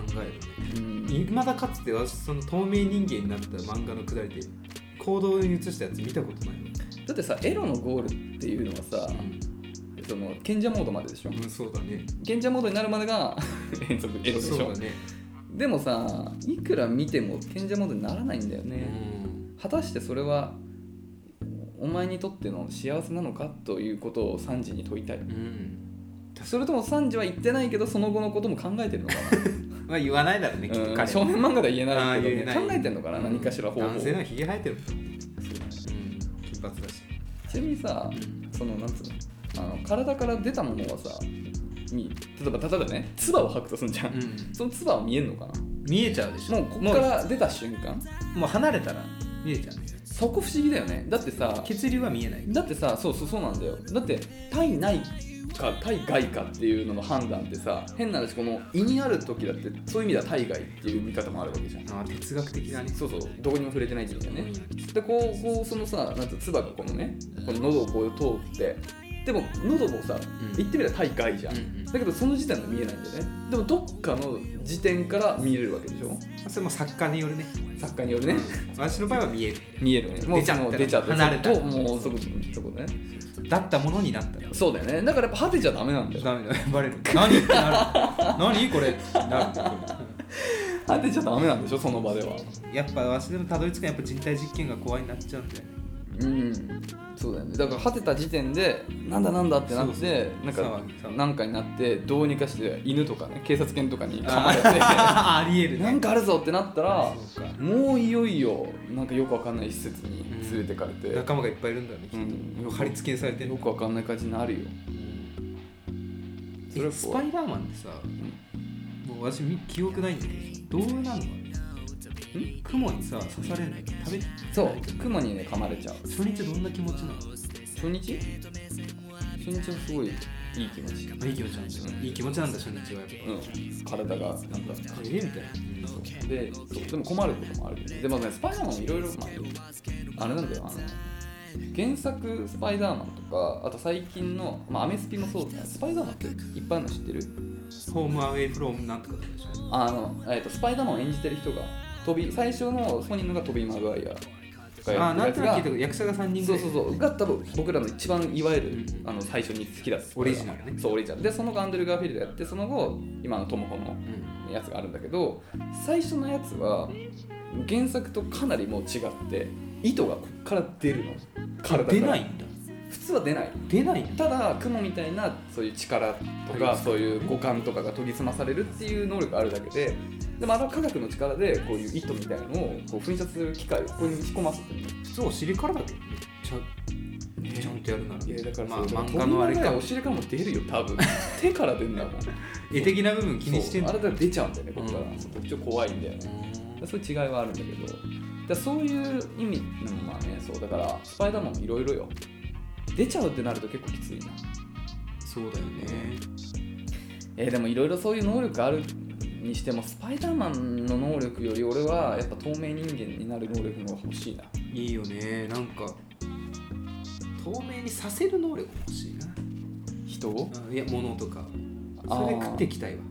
[SPEAKER 1] えるね
[SPEAKER 2] うん、
[SPEAKER 1] いまだかつてはその透明人間になった漫画のくだりで行動に移したやつ見たことないよ
[SPEAKER 2] だってさエロのゴールっていうのはさその賢者モードまででしょ
[SPEAKER 1] うんそうだね
[SPEAKER 2] 賢者モードになるまでが 連続エロでし
[SPEAKER 1] そ
[SPEAKER 2] ょ
[SPEAKER 1] うだね
[SPEAKER 2] でもさいくら見ても賢者モードにならないんだよね、
[SPEAKER 1] うん
[SPEAKER 2] 果たしてそれはお前にとっての幸せなのかということをサンジに問いたい
[SPEAKER 1] うん
[SPEAKER 2] それともサンジは言ってないけどその後のことも考えてるのか
[SPEAKER 1] まあ言わないだろうね
[SPEAKER 2] な、
[SPEAKER 1] きっと
[SPEAKER 2] うん
[SPEAKER 1] 彼
[SPEAKER 2] 少年漫画では言え
[SPEAKER 1] あ
[SPEAKER 2] な
[SPEAKER 1] あ
[SPEAKER 2] い
[SPEAKER 1] 言
[SPEAKER 2] け
[SPEAKER 1] え
[SPEAKER 2] ど
[SPEAKER 1] ない
[SPEAKER 2] 考えてるのかな、
[SPEAKER 1] うん
[SPEAKER 2] 何かしら方法
[SPEAKER 1] 男性のはひげ生えてるもん金髪だし
[SPEAKER 2] ちなみにさそのなんつうのあの体から出たものはさみ例えば例えばね唾を吐くとすんじゃん、
[SPEAKER 1] うん
[SPEAKER 2] その唾は見えんのか
[SPEAKER 1] 見えちゃうでし
[SPEAKER 2] な
[SPEAKER 1] ょ
[SPEAKER 2] もうここから出た瞬間
[SPEAKER 1] もう離れたら見えちゃうね
[SPEAKER 2] そこ不思議だよねだってさ
[SPEAKER 1] 血流は見えない
[SPEAKER 2] だってさそうそうそうなんだよだって体内か体外かっていうのの判断ってさ変な話この胃にある時だってそういう意味では体外っていう見方もあるわけじゃん
[SPEAKER 1] ああ哲学的だね
[SPEAKER 2] そうそうどこにも触れてないっていうね、でこうこうそのさなんて唾がこのねこの喉をこう通ってでも喉もさ、
[SPEAKER 1] ん
[SPEAKER 2] 言ってみれば体外じゃん、
[SPEAKER 1] うんうん
[SPEAKER 2] だけどその時点では見えないんだよねでもどっかの時点から見れるわけでしょ
[SPEAKER 1] それも作家によるね
[SPEAKER 2] 作家によるね
[SPEAKER 1] 私の場合は見える
[SPEAKER 2] 見えるねもう
[SPEAKER 1] 出ちゃった
[SPEAKER 2] もう出ちゃった
[SPEAKER 1] 離れた
[SPEAKER 2] そうもうそこそこね
[SPEAKER 1] だったものになったら
[SPEAKER 2] そうだよねだからやっぱ果てちゃダメなんだよ
[SPEAKER 1] ダメだバレ る何ってなる何これってなる
[SPEAKER 2] 当てちゃダメなんでしょその場では
[SPEAKER 1] やっぱわしでもたどり着くのはやっぱ人体実験が怖いになっちゃうんだよね
[SPEAKER 2] うんそうだよねだから果てた時点でなんだなんだってなって
[SPEAKER 1] そうそう
[SPEAKER 2] なんか
[SPEAKER 1] 騒ぎ騒ぎ
[SPEAKER 2] なんかになってどうにかして犬とかね警察犬とかに構えて
[SPEAKER 1] ありえる
[SPEAKER 2] なんかあるぞってなったら
[SPEAKER 1] そうか
[SPEAKER 2] もういよいよなんかよくわかんない施設に連れてかれて、
[SPEAKER 1] 仲間がいっぱいいるんだねきっと、
[SPEAKER 2] うん
[SPEAKER 1] 貼り付けにされてる
[SPEAKER 2] よくわかんない感じになるよ、それは
[SPEAKER 1] えスパイダーマンってさもう私み記憶ないんだけどどうなるのん雲にさ刺されない食べ
[SPEAKER 2] そう雲にね噛まれちゃう
[SPEAKER 1] 初日どんな気持ちなの
[SPEAKER 2] 初日初日はすごいいい気持ち
[SPEAKER 1] あいい気持ちなんだよ、いい気持ちなんだ初日はやっぱ
[SPEAKER 2] うん体がなんか
[SPEAKER 1] ええみたいな
[SPEAKER 2] でそうでも困ることもあるよねでもねスパイダーマンもいろいろまああれなんだよあの原作スパイダーマンとかあと最近の、まあ、アメスピもそうだねスパイダーマンっていっぱいあるの知ってる
[SPEAKER 1] ホームアウェイフロームなんとかとかでしょ
[SPEAKER 2] あの、えー、とスパイダーマンを演じてる人が飛び最初のソニーのがトビー・マグワイアとか
[SPEAKER 1] あ
[SPEAKER 2] や
[SPEAKER 1] ー
[SPEAKER 2] ってる
[SPEAKER 1] なん
[SPEAKER 2] やつ
[SPEAKER 1] となく
[SPEAKER 2] が
[SPEAKER 1] 聞いたこと役者が三人ぐ
[SPEAKER 2] そ
[SPEAKER 1] ら
[SPEAKER 2] う
[SPEAKER 1] い
[SPEAKER 2] そうそうが多分僕らの一番いわゆる、
[SPEAKER 1] うん
[SPEAKER 2] あの最初に好きだった
[SPEAKER 1] オリジナルね
[SPEAKER 2] そうオリジナルでその後アンドリュー・ガーフィールドやってその後今のトム・ホの
[SPEAKER 1] うん
[SPEAKER 2] やつがあるんだけど最初のやつは原作とかなりもう違って糸がこっから出るの体から
[SPEAKER 1] 出ないんだ
[SPEAKER 2] 普通は出ない
[SPEAKER 1] 出ないんだ
[SPEAKER 2] ただ雲みたいなそういう力と
[SPEAKER 1] は
[SPEAKER 2] か
[SPEAKER 1] い
[SPEAKER 2] そういう五感とかが研ぎ澄まされるっていう能力があるだけででもあの科学の力でこういう糸みたいなのをこう噴射する機械をここに引き込ませてる
[SPEAKER 1] 普通お尻からだけどねちゃちゃんとやるなら
[SPEAKER 2] いやだから
[SPEAKER 1] ま
[SPEAKER 2] ま
[SPEAKER 1] あ
[SPEAKER 2] あ
[SPEAKER 1] 漫
[SPEAKER 2] 漫
[SPEAKER 1] 画
[SPEAKER 2] 画
[SPEAKER 1] の
[SPEAKER 2] の
[SPEAKER 1] あ
[SPEAKER 2] あ
[SPEAKER 1] れ
[SPEAKER 2] れ
[SPEAKER 1] か
[SPEAKER 2] かお尻からも出るよ 多分手から出るんだもん
[SPEAKER 1] 絵的な部分気にしてんだ
[SPEAKER 2] そうあれだから出ちゃうんだよねここから、
[SPEAKER 1] うん
[SPEAKER 2] そう特徴怖いんだよね
[SPEAKER 1] うん
[SPEAKER 2] そういう違いはあるんだけどだからそういう意味のもまあねそうだからスパイダーマンもいろいろよ出ちゃうってなると結構きついな
[SPEAKER 1] そうだよね
[SPEAKER 2] えーでもいろいろそういう能力あるにしてもスパイダーマンの能力より俺はやっぱ透明人間になる能力の方が欲しいない
[SPEAKER 1] いよねなんか透明にさせる能力欲しいな
[SPEAKER 2] 人を
[SPEAKER 1] あいや物とか
[SPEAKER 2] あ
[SPEAKER 1] そ
[SPEAKER 2] ー
[SPEAKER 1] れで食っていきたいわ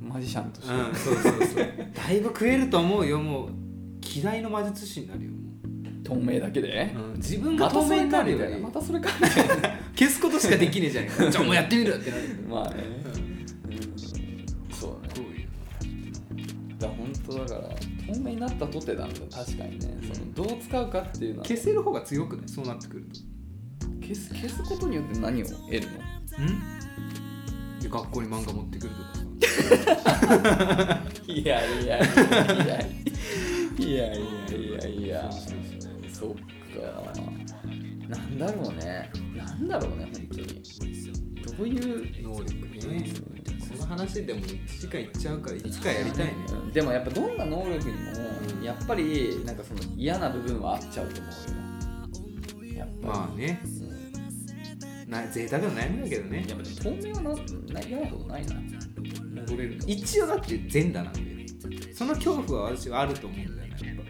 [SPEAKER 2] マジシャンとして、
[SPEAKER 1] うんそうそうそうだいぶ食えると思うよもう希代の魔術師になるよ、
[SPEAKER 2] 透明だけで、
[SPEAKER 1] うん、自分が
[SPEAKER 2] ま
[SPEAKER 1] 透
[SPEAKER 2] たそ
[SPEAKER 1] 明
[SPEAKER 2] れ
[SPEAKER 1] にな
[SPEAKER 2] か
[SPEAKER 1] る
[SPEAKER 2] み
[SPEAKER 1] よ
[SPEAKER 2] たい
[SPEAKER 1] り
[SPEAKER 2] なまたそれかみた いな
[SPEAKER 1] 消すことしかできねえじゃね えかじゃあもうやってみるってなるよ
[SPEAKER 2] まあね、
[SPEAKER 1] うん
[SPEAKER 2] うん、そうだね
[SPEAKER 1] こういう
[SPEAKER 2] だから本当だから透明になったとてなんだ確かにねそのどう使うかっていうのは
[SPEAKER 1] 消せる方が強くないそうなってくると
[SPEAKER 2] 消す消すことによって何を得るの
[SPEAKER 1] うんで学校に漫画持ってくるとかさ
[SPEAKER 2] いやいやいやいやいやいやいやいや
[SPEAKER 1] そうそうそう
[SPEAKER 2] そっかなんだろうねなんだろうね本当にどういう
[SPEAKER 1] 能力ねこの話でも1時間いっちゃうからいつかやりたいね
[SPEAKER 2] うんでもやっぱどんな能力にもやっぱりなんかその嫌な部分はあっちゃうと思うよやっぱり、
[SPEAKER 1] まあね
[SPEAKER 2] うん
[SPEAKER 1] な贅沢な悩みだけどね
[SPEAKER 2] いやでも透明はなな嫌なことないな
[SPEAKER 1] 戻れる一応だって善だなんだよその恐怖は私はあると思うんだよねやっぱ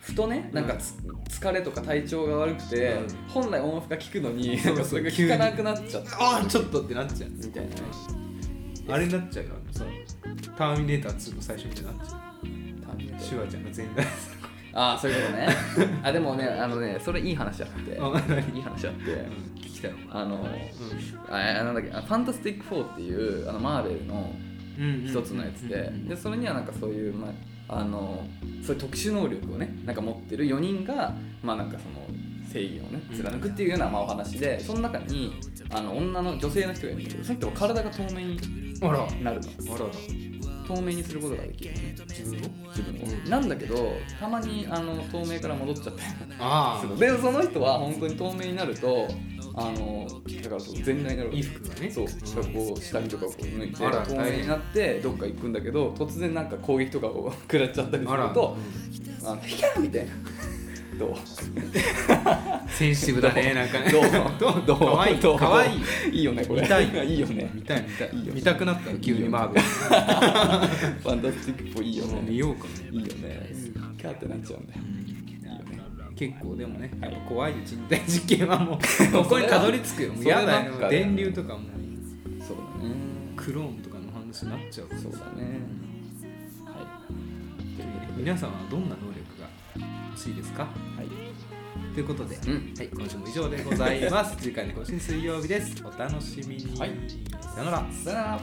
[SPEAKER 2] ふとねなんかつ疲れとか体調が悪くて、
[SPEAKER 1] うん
[SPEAKER 2] 本来音符が効くのに
[SPEAKER 1] そ
[SPEAKER 2] な
[SPEAKER 1] うんそう
[SPEAKER 2] かそれが効かなくなっちゃった
[SPEAKER 1] ああちょっとってなっちゃう
[SPEAKER 2] みたいなね
[SPEAKER 1] あれになっちゃうからさターミネーター2の最初みたいになっちゃうシュワちゃんが全裸
[SPEAKER 2] ああそういうことねあでもねあのねそれいい話あって
[SPEAKER 1] あ何
[SPEAKER 2] いい話あって
[SPEAKER 1] 聞きたいわ
[SPEAKER 2] あのああなんだっけあファンタスティック4っていうあのマーベルの一つのやつででそれにはなんかそういう、まあ、あのそういう特殊能力をねなんか持ってる4人がまあなんかその正義をね貫くっていうようなまあお話でその中にあの女の女性の人がいるんだけどその人は体が透明に
[SPEAKER 1] あらあら
[SPEAKER 2] なるの
[SPEAKER 1] ら
[SPEAKER 2] 透明にすることができるのね
[SPEAKER 1] 自分を
[SPEAKER 2] 自分を、
[SPEAKER 1] うん
[SPEAKER 2] なんだけどたまにあの透明から戻っちゃったり
[SPEAKER 1] あ
[SPEAKER 2] するでその人は本当に透明になるとあのだからそう全裸になる
[SPEAKER 1] 衣服がね
[SPEAKER 2] そう
[SPEAKER 1] うん
[SPEAKER 2] しかもこう下着とかをこう抜いて
[SPEAKER 1] あら
[SPEAKER 2] 透明になってどっか行くんだけど突然なんか攻撃とかを 食らっちゃったりす
[SPEAKER 1] あ
[SPEAKER 2] る
[SPEAKER 1] ら
[SPEAKER 2] と「あのヒキャー!」みたいな。どう
[SPEAKER 1] センシティブだねなんかね
[SPEAKER 2] どう
[SPEAKER 1] どう
[SPEAKER 2] どう
[SPEAKER 1] かわいい
[SPEAKER 2] どう
[SPEAKER 1] かわいい
[SPEAKER 2] いいよねこれ
[SPEAKER 1] 見たい
[SPEAKER 2] いいよね
[SPEAKER 1] 見たい見たい
[SPEAKER 2] いいよ
[SPEAKER 1] 見たくなったの急
[SPEAKER 2] いい
[SPEAKER 1] に
[SPEAKER 2] よ
[SPEAKER 1] マーベ
[SPEAKER 2] ファンタスティックっぽいいよ
[SPEAKER 1] ルもう
[SPEAKER 2] ね
[SPEAKER 1] 見
[SPEAKER 2] いい
[SPEAKER 1] ようかな
[SPEAKER 2] よねキャーってなっちゃうんだよいいよね
[SPEAKER 1] 結構でもね、
[SPEAKER 2] はい
[SPEAKER 1] やっぱ怖いよ人体実験はも うここにたどり着くよもう
[SPEAKER 2] それは
[SPEAKER 1] やだよ
[SPEAKER 2] そればっかだよ
[SPEAKER 1] 電流とかも
[SPEAKER 2] そうだね
[SPEAKER 1] クローンとかの話になっちゃう
[SPEAKER 2] そうだねはい
[SPEAKER 1] 皆さんはどんな能力が欲しいですか
[SPEAKER 2] はい
[SPEAKER 1] ということで、
[SPEAKER 2] ん
[SPEAKER 1] はい、今週も以上で ございます次回の更新水曜日ですお楽しみに、
[SPEAKER 2] はい
[SPEAKER 1] さよなら
[SPEAKER 2] さよなら